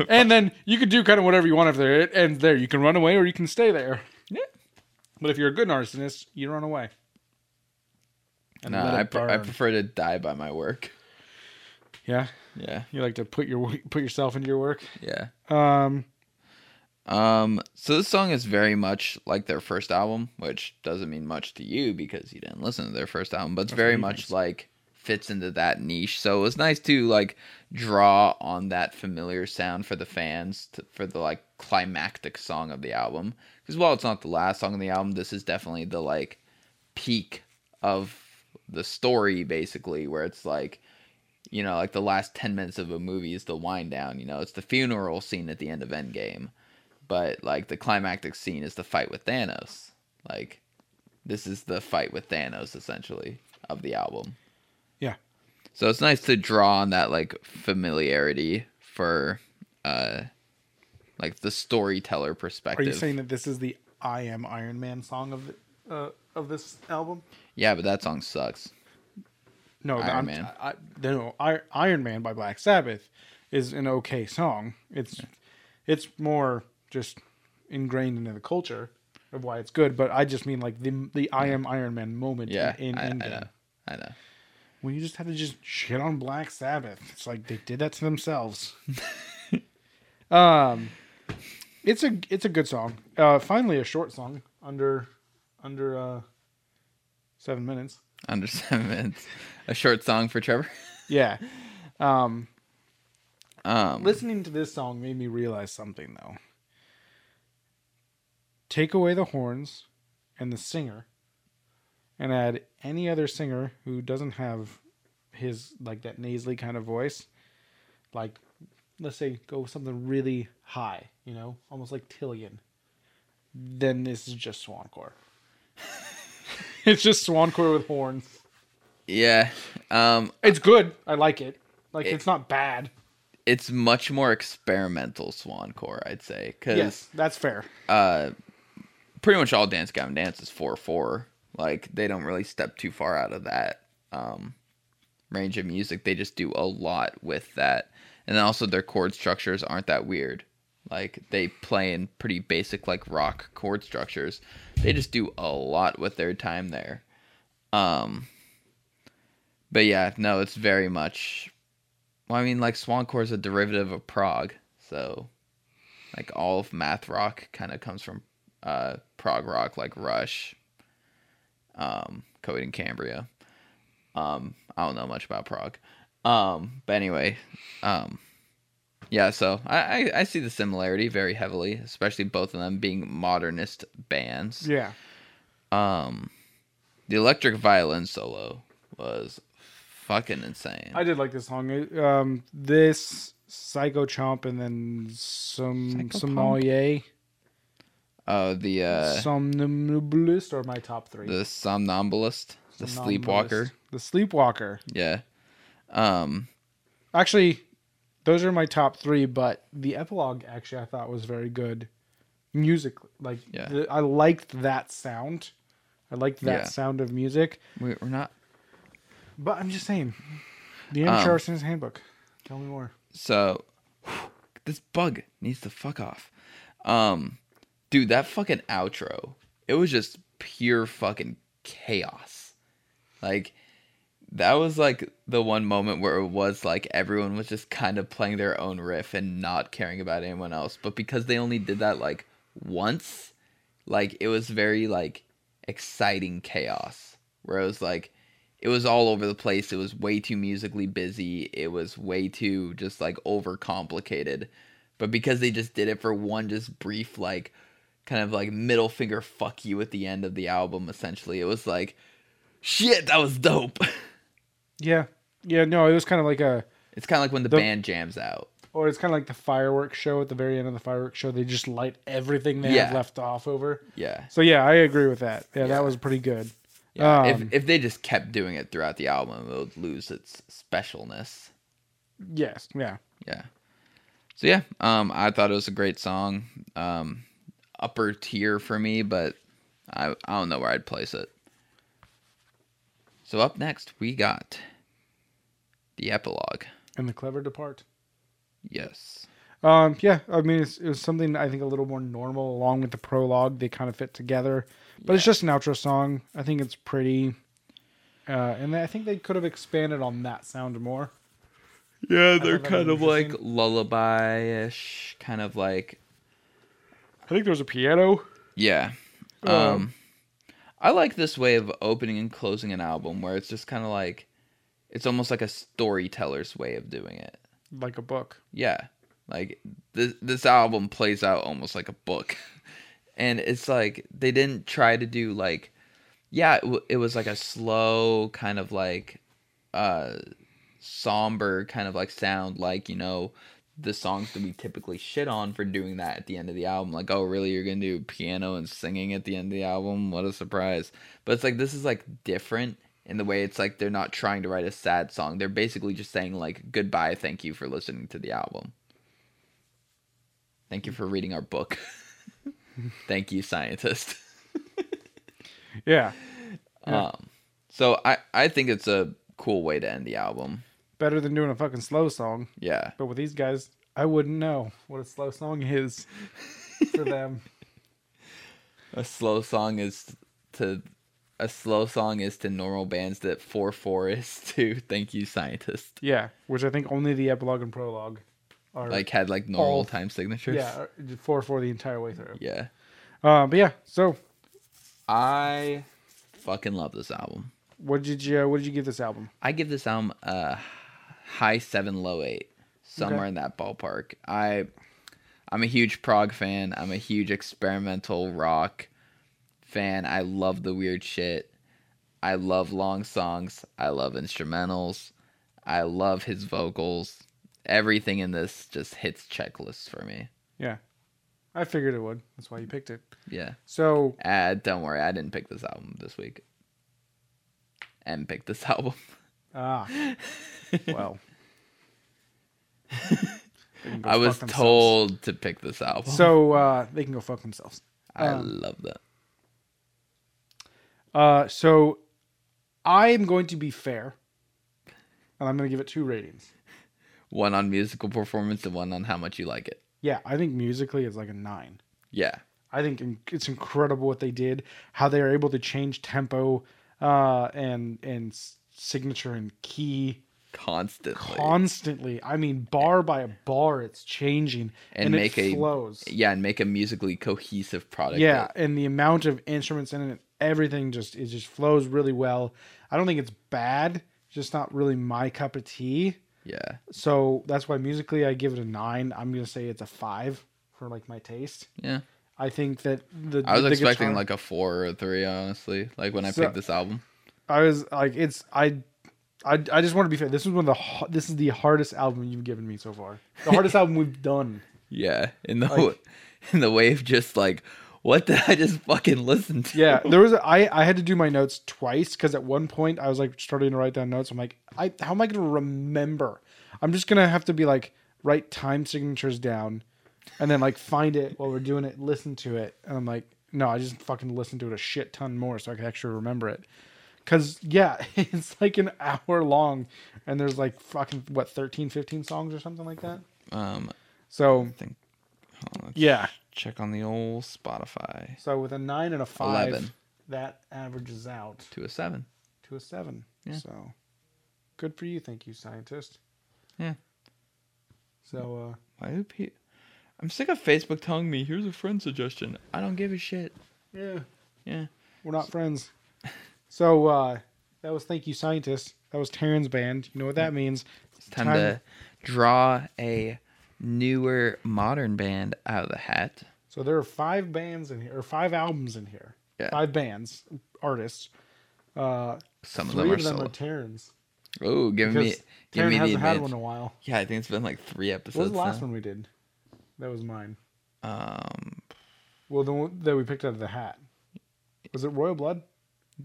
Speaker 1: and then you can do kind of whatever you want after there. It ends there. You can run away or you can stay there.
Speaker 2: Yeah.
Speaker 1: But if you're a good arsonist, you run away. And
Speaker 2: No,
Speaker 1: let it
Speaker 2: I, pre- I
Speaker 1: burn.
Speaker 2: prefer to die by my work.
Speaker 1: yeah,
Speaker 2: Yeah.
Speaker 1: you like to put your put yourself into your work.
Speaker 2: Yeah.
Speaker 1: Um,
Speaker 2: Um so this song is very much like their first album, which doesn't mean much to you because you didn't listen to their first album, but it's
Speaker 1: That's what
Speaker 2: very
Speaker 1: he
Speaker 2: much
Speaker 1: thinks.
Speaker 2: like fits into that niche. So it was nice to like draw on that familiar sound for the fans to, for the like climactic song of the album. Cuz while it's not the last song on the album, this is definitely the like peak of the story basically where it's like you know, like the last 10 minutes of a movie is the wind down, you know, it's the funeral scene at the end of Endgame. But like the climactic scene is the fight with Thanos. Like this is the fight with Thanos essentially of the album.
Speaker 1: Yeah.
Speaker 2: So it's nice to draw on that like familiarity for uh like the storyteller
Speaker 1: Are
Speaker 2: perspective.
Speaker 1: you saying that this is the I am Iron Man song of uh, of this album?
Speaker 2: yeah, but that song sucks.
Speaker 1: No,
Speaker 2: Iron
Speaker 1: I'm,
Speaker 2: Man.
Speaker 1: I, I, no, I, Iron Man by Black Sabbath is an okay song. It's it's more just ingrained into the culture of why it's good. But I just mean like the the I am Iron Man moment
Speaker 2: Yeah.
Speaker 1: in, in
Speaker 2: I, I
Speaker 1: Endgame.
Speaker 2: know. I know.
Speaker 1: When you just have to just shit on Black Sabbath. It's like they did that to themselves. *laughs* um it's a it's a good song. Uh finally a short song under under uh 7 minutes.
Speaker 2: Under seven minutes. A short song for Trevor. *laughs*
Speaker 1: Yeah. Um
Speaker 2: Um
Speaker 1: listening to this song made me realize something though. Take away the horns and the singer and add any other singer who doesn't have his like that nasally kind of voice. Like let's say go with something really high, you know, almost like Tillian. Then this is just Swancore. *laughs* it's just Swancore with horns.
Speaker 2: Yeah. Um
Speaker 1: It's good. I like it. Like
Speaker 2: It-
Speaker 1: it's not bad.
Speaker 2: it's much more experimental swancore, I'd say, cuz
Speaker 1: Yes, that's fair.
Speaker 2: uh pretty much all Dance Gavin Dance is 4/4. Like they don't really step too far out of that um range of music. They just do a lot with that. And then also their chord structures aren't that weird. Like they play in pretty basic like rock chord structures. They just do a lot with their time there. Um but yeah, no, it's very much well, I mean like Swancore is a derivative of prog, so like all of math rock kind of comes from uh prog rock like Rush, um, Coed and Cambria. Um, I don't know much about Prague. Um, but anyway, um, yeah. So I, I I see the similarity very heavily, especially both of them being modernist bands.
Speaker 1: Yeah.
Speaker 2: Um, the electric violin solo was fucking insane.
Speaker 1: I did like this song. It- Um, this Psycho Chomp and then some
Speaker 2: Psycho
Speaker 1: Sommelier
Speaker 2: Oh, the uh,
Speaker 1: Somnambulist are my top three.
Speaker 2: the somnambulist, the
Speaker 1: Somnambulist.
Speaker 2: sleepwalker.
Speaker 1: The Sleepwalker.
Speaker 2: Yeah. Um.
Speaker 1: Actually, those are my top three, but the epilogue actually I thought was very good music. Like,
Speaker 2: Yeah.
Speaker 1: the, I liked that sound. I liked that
Speaker 2: Yeah.
Speaker 1: sound of music.
Speaker 2: We, we're not
Speaker 1: But I'm just saying, the
Speaker 2: Um,
Speaker 1: Amateur Arsenal's Handbook. Tell me more.
Speaker 2: So *sighs* this bug needs to fuck off. Um dude, that fucking outro. It was just pure fucking chaos. Like that was like the one moment where it was like everyone was just kind of playing their own riff and not caring about anyone else. But because they only did that like once, like it was very like exciting chaos where it was like it was all over the place. It was way too musically busy. It was way too just like overcomplicated. But because they just did it for one just brief like kind of like middle finger fuck you at the end of the album essentially. It was like shit, that was dope. *laughs*
Speaker 1: Yeah. Yeah, no, it was kind of like a.
Speaker 2: It's kind of like when the,
Speaker 1: The-
Speaker 2: band jams out.
Speaker 1: Or it's kind of like the fireworks show at the very end of the fireworks show. They just light everything they have
Speaker 2: Yeah.
Speaker 1: left off over.
Speaker 2: Yeah.
Speaker 1: So yeah, I agree with that. Yeah,
Speaker 2: Yeah.
Speaker 1: that was pretty good.
Speaker 2: Yeah.
Speaker 1: Um,
Speaker 2: if if they just kept doing it throughout the album, it would lose its specialness.
Speaker 1: Yes. Yeah.
Speaker 2: Yeah. So yeah, um, I thought it was a great song. Um, upper tier for me, but I I don't know where I'd place it. So up next we got the epilogue.
Speaker 1: And the clever depart.
Speaker 2: Yes.
Speaker 1: Um, yeah, I mean it's, it was something I think a little more normal along with the prologue. They kind of fit together, but it's just an outro song. I think it's pretty, uh, and I think they could have expanded on that sound more. they're
Speaker 2: Yeah, they're
Speaker 1: thought that kind
Speaker 2: kind
Speaker 1: was of
Speaker 2: of
Speaker 1: like
Speaker 2: like
Speaker 1: interesting.
Speaker 2: lullaby ish, kind of like
Speaker 1: I think there was a piano.
Speaker 2: Yeah. Um, I like this way of opening and closing an album where it's just kind of like it's almost like a storyteller's way of doing it.
Speaker 1: like a book.
Speaker 2: Yeah. Like this this album plays out almost like a book. *laughs* And it's like they didn't try to do like yeah, it, w- it was like a slow kind of like uh somber kind of like sound like, you know, the songs that we typically shit on for doing that at the end of the album like oh really you're going to do piano and singing at the end of the album what a surprise but it's like this is like different in the way it's like they're not trying to write a sad song they're basically just saying like goodbye thank you for listening to the album thank you for reading our book *laughs* thank you scientist
Speaker 1: Yeah, Yeah.
Speaker 2: um so i i think it's a cool way to end the album
Speaker 1: better than doing a fucking slow song.
Speaker 2: yeah
Speaker 1: But with these guys, I wouldn't know what a slow song is
Speaker 2: *laughs*
Speaker 1: for them.
Speaker 2: A slow song is to a slow song is to normal bands that four four is *laughs* to thank you scientist.
Speaker 1: Yeah, which I think only the epilogue and prologue are
Speaker 2: Like had like normal
Speaker 1: All-
Speaker 2: time signatures.
Speaker 1: yeah are four four the entire way through.
Speaker 2: Yeah.
Speaker 1: Uh, but yeah, so
Speaker 2: I fucking love this album.
Speaker 1: what did you uh, what did you give this album?
Speaker 2: I give this album a high seven, low eight, somewhere
Speaker 1: Okay.
Speaker 2: in that ballpark. I I'm a huge prog fan. I'm a huge experimental rock fan. I love the weird shit. I love long songs. I love instrumentals. I love his vocals. Everything in this just hits checklists for me.
Speaker 1: Yeah, I figured it would. That's why you picked it.
Speaker 2: Yeah.
Speaker 1: So
Speaker 2: Uh, don't worry, I didn't pick this album this week. And picked this *laughs* album. *laughs*
Speaker 1: ah, well, They can go
Speaker 2: I
Speaker 1: fuck
Speaker 2: was
Speaker 1: themselves.
Speaker 2: told to pick this album.
Speaker 1: So uh, they can go fuck themselves.
Speaker 2: I
Speaker 1: Um,
Speaker 2: love that.
Speaker 1: Uh, so I am going to be fair, and I'm going to give it two ratings.
Speaker 2: One on musical performance and one on how much you like it.
Speaker 1: Yeah, I think musically it's like a nine.
Speaker 2: Yeah.
Speaker 1: I think in- it's incredible what they did, how they were able to change tempo uh, and and s- signature and key
Speaker 2: Constantly.
Speaker 1: constantly. I mean, bar by bar, it's changing
Speaker 2: And
Speaker 1: and,
Speaker 2: make
Speaker 1: it
Speaker 2: a-
Speaker 1: flows.
Speaker 2: yeah, and make a musically cohesive product.
Speaker 1: yeah,
Speaker 2: that-
Speaker 1: and the amount of instruments in it, everything just it just flows really well. I don't think it's bad, just not really my cup of tea.
Speaker 2: Yeah.
Speaker 1: So that's why musically I give it a nine. I'm gonna say it's a five for like my taste.
Speaker 2: Yeah.
Speaker 1: I think that the
Speaker 2: I was
Speaker 1: the
Speaker 2: expecting
Speaker 1: guitar-
Speaker 2: like a four or a three, honestly. Like when I
Speaker 1: So-
Speaker 2: picked this album.
Speaker 1: I was like it's I. I, I just want to be fair. This is one of the ha- this is the hardest album you've given me so far. The
Speaker 2: *laughs*
Speaker 1: hardest album we've done.
Speaker 2: Yeah. In the
Speaker 1: Like-
Speaker 2: *laughs* in the way of just like, what did I just fucking listen to? *laughs*
Speaker 1: Yeah, there was a, I I had to do my notes twice because at one point I was like starting to write down notes. I'm like, I how am I going to remember? I'm just gonna have to be like write time signatures down, and then like find it while we're doing it, listen to it, and I'm like, no, I just fucking listen to it a shit ton more so I can actually remember it. Cause yeah, *laughs* it's like an hour long, and there's like fucking what 13, 15 songs or something like that.
Speaker 2: Um
Speaker 1: So
Speaker 2: I think oh, hold on, let's
Speaker 1: yeah,
Speaker 2: check on the old Spotify
Speaker 1: so with a nine and a five,
Speaker 2: 11.
Speaker 1: that averages out.
Speaker 2: to a seven.
Speaker 1: to a seven.
Speaker 2: Yeah.
Speaker 1: So good for you, thank you, scientist.
Speaker 2: Yeah.
Speaker 1: So uh
Speaker 2: Why do pe- I'm sick of Facebook telling me here's a friend suggestion. I don't give a shit.
Speaker 1: Yeah.
Speaker 2: Yeah.
Speaker 1: We're not friends. So uh that was thank you, scientist. That was Taryn's band. You know what that means.
Speaker 2: It's time,
Speaker 1: Time-
Speaker 2: to draw a newer modern band out of the hat.
Speaker 1: So there are five bands in here or five albums in here.
Speaker 2: Yeah.
Speaker 1: Five bands, artists. Uh
Speaker 2: Some of
Speaker 1: three
Speaker 2: them are
Speaker 1: of them
Speaker 2: solo.
Speaker 1: are Taryn's.
Speaker 2: oh, give me
Speaker 1: because
Speaker 2: give
Speaker 1: Taryn
Speaker 2: me the
Speaker 1: hasn't had one
Speaker 2: advance.
Speaker 1: in a while.
Speaker 2: Yeah, I think it's been like three episodes.
Speaker 1: What was the last
Speaker 2: now.
Speaker 1: one we did? That was mine.
Speaker 2: Um
Speaker 1: Well, the one that we picked out of the hat. Was it Royal Blood?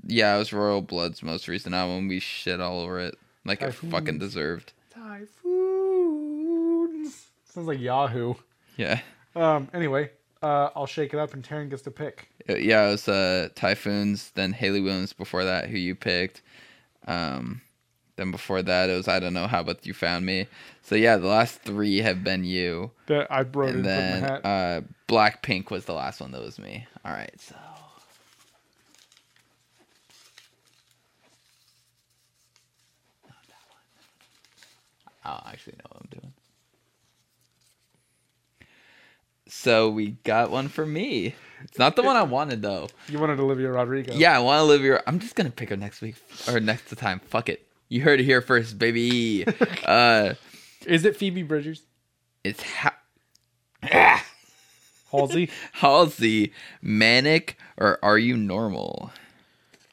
Speaker 2: Yeah, it was Royal Blood's most recent album. We shit all over it. Like it
Speaker 1: Typhoons.
Speaker 2: fucking deserved.
Speaker 1: Typhoons. Sounds like Yahoo.
Speaker 2: Yeah.
Speaker 1: Um. Anyway, uh, I'll shake it up, and Taryn gets to pick.
Speaker 2: Uh, Yeah, it was uh Typhoons, then Haley Williams before that, who you picked. Um then before that it was I don't know how but you found me. So yeah, the last three have been you.
Speaker 1: That I wrote it in
Speaker 2: and then
Speaker 1: my hat.
Speaker 2: uh Blackpink was the last one that was me. All right, so I don't Oh, actually know what I'm doing. So we got one for me. It's not the one I wanted though.
Speaker 1: you wanted Olivia Rodrigo.
Speaker 2: Yeah, I want to live your. I'm just gonna pick her next week or next time. Fuck it. You heard it here
Speaker 1: *laughs*
Speaker 2: first, baby. uh,
Speaker 1: Is it Phoebe Bridgers?
Speaker 2: it's ha- *laughs*
Speaker 1: Halsey?
Speaker 2: Halsey, manic or are you normal?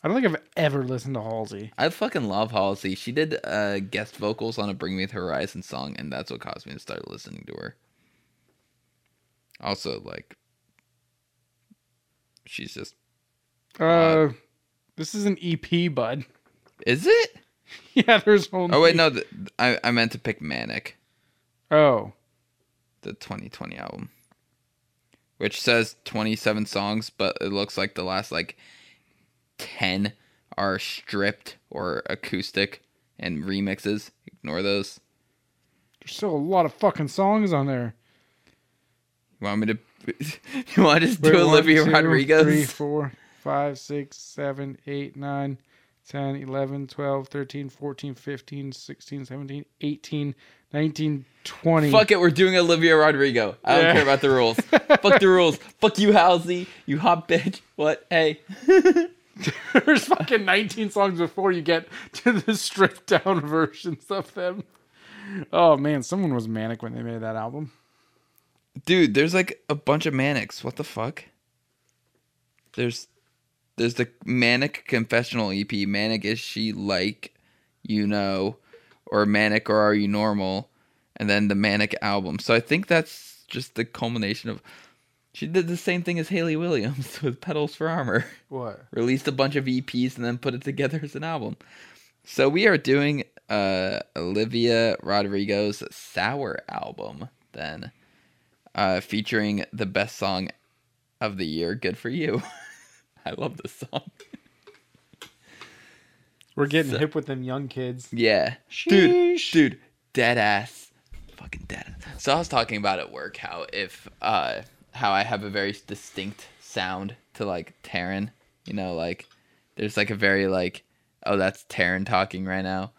Speaker 1: I don't think I've ever listened to Halsey.
Speaker 2: I fucking love Halsey. She did uh, guest vocals on a Bring Me the Horizon song, and that's what caused me to start listening to her. Also, like, she's just.
Speaker 1: Uh, this is an EP, bud.
Speaker 2: Is it?
Speaker 1: *laughs* yeah, there's only.
Speaker 2: Oh, wait, no. th I, I meant to pick Manic,
Speaker 1: Oh,
Speaker 2: the 2020 album, which says 27 songs, but it looks like the last, like, 10 are stripped or acoustic and remixes. Ignore those.
Speaker 1: there's still a lot of fucking songs on there.
Speaker 2: You want me to? *laughs* You want to just do
Speaker 1: Wait, one,
Speaker 2: Olivia
Speaker 1: two,
Speaker 2: Rodrigo?
Speaker 1: three, four, five, six, seven, eight, nine, 10, 11, 12, 13, 14, 15, 16, 17, 18, 19, 20.
Speaker 2: Fuck it, we're doing Olivia Rodrigo. I don't
Speaker 1: Yeah.
Speaker 2: care about the rules. Fuck the rules. Fuck you, Halsey. You hot bitch. What? Hey.
Speaker 1: *laughs* There's fucking 19 songs before you get to the stripped down *laughs* versions of them. Oh man, someone was manic when they made that album.
Speaker 2: Dude, there's like a bunch of manics. What the fuck? There's there's the manic confessional EP. Manic is she like you know, or manic or are you normal? And then the manic album. So I think that's just the culmination of she did the same thing as Haley Williams *laughs* with Pedals for Armor.
Speaker 1: What?
Speaker 2: Released a bunch of EPs and then put it together as an album. So we are doing uh Olivia Rodrigo's Sour album then uh, featuring the best song of the year, "Good for You." *laughs* I love this song.
Speaker 1: We're getting hip with them young kids.
Speaker 2: Yeah, dude,
Speaker 1: Sheesh.
Speaker 2: dude, dead ass, fucking dead. Ass. So I was talking about at work how if uh how I have a very distinct sound to like Taryn, you know, like there's like a very like oh that's Taryn talking right now.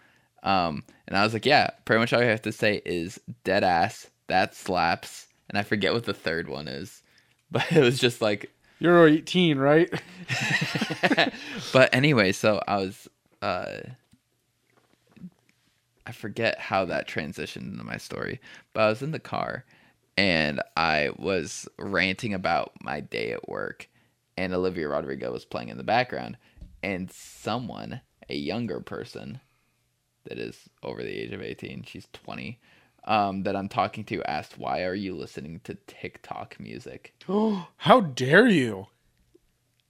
Speaker 2: Um, and I was like, yeah, pretty much all I have to say is dead ass. That slaps, and I forget what the third one is, *laughs* but it was just like
Speaker 1: You're 18, right?
Speaker 2: but anyway, so I was uh I forget how that transitioned into my story, but I was in the car and I was ranting about my day at work and Olivia Rodrigo was playing in the background and someone, a younger person that is over the age of 18, she's 20, um, that I'm talking to asked, "Why are you listening to TikTok music?"
Speaker 1: *gasps* How dare you?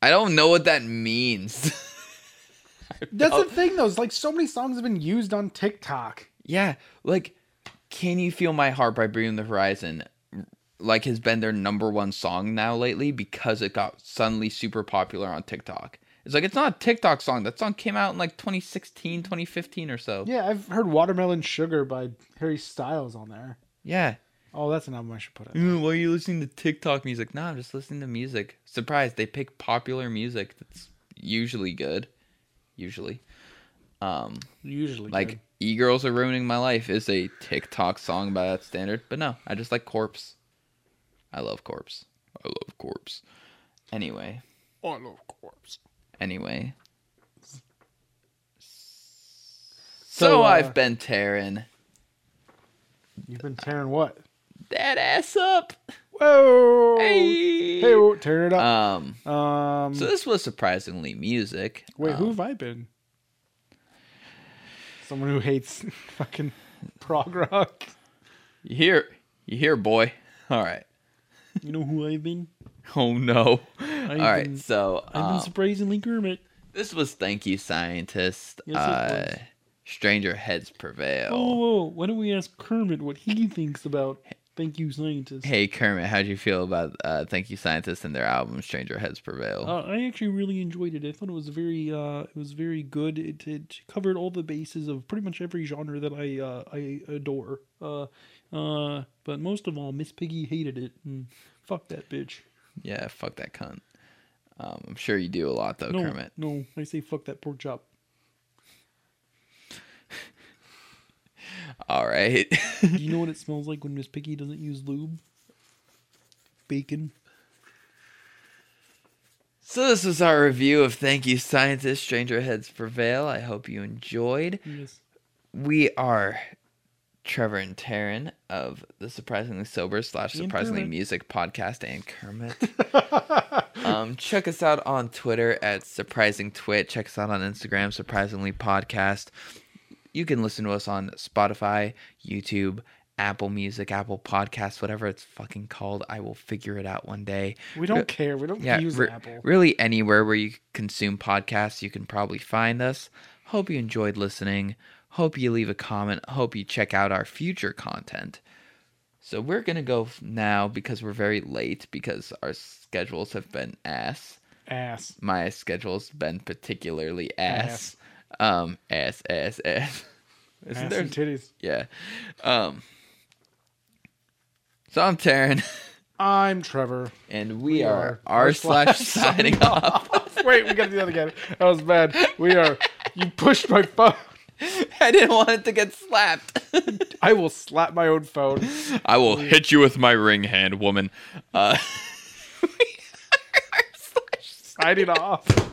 Speaker 2: I don't know what that means. *laughs*
Speaker 1: That's the thing though. It's like so many songs have been used on TikTok.
Speaker 2: Yeah, like Can You Feel My Heart by Bringing the Horizon like has been their number one song now lately because it got suddenly super popular on TikTok. It's like it's not a TikTok song. That song came out in like 2016, 2015 or so. Yeah.
Speaker 1: Yeah, I've heard "Watermelon Sugar" by Harry Styles on there. Oh, that's an album I should put in.
Speaker 2: Mm, why are you listening to TikTok music? No, I'm just listening to music. Surprise, they pick popular music that's usually good. Usually. Um
Speaker 1: Usually,
Speaker 2: Like
Speaker 1: good.
Speaker 2: E Girls Are Ruining My Life is a TikTok song by that standard. But no, I just like Corpse. I love Corpse.
Speaker 3: I love corpse.
Speaker 2: Anyway.
Speaker 1: I love corpse.
Speaker 2: Anyway. So,
Speaker 1: So, uh,
Speaker 2: I've been tearing
Speaker 1: You've been tearing what?
Speaker 2: that ass up.
Speaker 1: Whoa! Oh. Hey, oh.
Speaker 2: Hey.
Speaker 1: whoa, tear it up.
Speaker 2: Um
Speaker 1: um,
Speaker 2: so this was surprisingly music.
Speaker 1: wait, who
Speaker 2: Um,
Speaker 1: have I been? Someone who hates *laughs* fucking prog rock.
Speaker 2: you hear you hear boy. All right.
Speaker 1: You know who I've been?
Speaker 2: *laughs* Oh no. All
Speaker 1: been-
Speaker 2: right. So
Speaker 1: I've
Speaker 2: um,
Speaker 1: been surprisingly Kermit.
Speaker 2: This was Thank You Scientist.
Speaker 1: Yes, it
Speaker 2: uh,
Speaker 1: was.
Speaker 2: Stranger Heads Prevail.
Speaker 1: Oh, whoa, why don't we ask Kermit what he thinks about Thank You Scientist?
Speaker 2: Hey Kermit, how'd you feel about uh, Thank You Scientist and their album Stranger Heads Prevail?
Speaker 1: Uh, I actually really enjoyed it. I thought it was very, uh, it was very good. It, it covered all the bases of pretty much every genre that I uh, I adore. Uh, uh, but most of all, Miss Piggy hated it. And fuck that bitch.
Speaker 2: Yeah, fuck that cunt. Um, I'm sure you do a lot though,
Speaker 1: No,
Speaker 2: Oh, Kermit.
Speaker 1: no, I say fuck that pork chop.
Speaker 2: All right. *laughs*
Speaker 1: Do you know what it smells like when Miss Piggy doesn't use lube? Bacon.
Speaker 2: so this was our review of Thank You Scientist, Stranger Heads Prevail. I hope you enjoyed.
Speaker 1: Yes.
Speaker 2: We are Trevor and Taryn of the Surprisingly Sober slash
Speaker 1: Me and
Speaker 2: Surprisingly
Speaker 1: Kermit.
Speaker 2: Music podcast and
Speaker 1: *laughs*
Speaker 2: Kermit. um, check us out on Twitter at Surprising Twit. Check us out on Instagram, Surprisingly Podcast. You can listen to us on Spotify, YouTube, Apple Music, Apple Podcasts, whatever it's fucking called. I will figure it out one day
Speaker 1: We don't care. We *laughs* don't
Speaker 2: yeah,
Speaker 1: use
Speaker 2: re-
Speaker 1: Apple.
Speaker 2: really anywhere where you consume podcasts, you can probably find us. Hope you enjoyed listening. Hope you leave a comment. Hope you check out our future content. So we're gonna go f- now because we're very late because our schedules have been ass.
Speaker 1: Ass.
Speaker 2: My schedule's been particularly ass. Um, ass, ass, ass. *laughs* Isn't
Speaker 1: Ass
Speaker 2: there?
Speaker 1: and titties.
Speaker 2: yeah. Um. So I'm Taryn, *laughs*
Speaker 1: I'm Trevor.
Speaker 2: and we,
Speaker 1: are
Speaker 2: are r
Speaker 1: r
Speaker 2: slash *laughs*
Speaker 1: slash
Speaker 2: signing off.
Speaker 1: Wait, we gotta do that again. That was bad. We are. You pushed my phone.
Speaker 2: *laughs* I didn't want it to get slapped.
Speaker 1: I will slap my own phone.
Speaker 2: I will hit you with my ring *laughs* hand, woman. Uh,
Speaker 1: Signing off.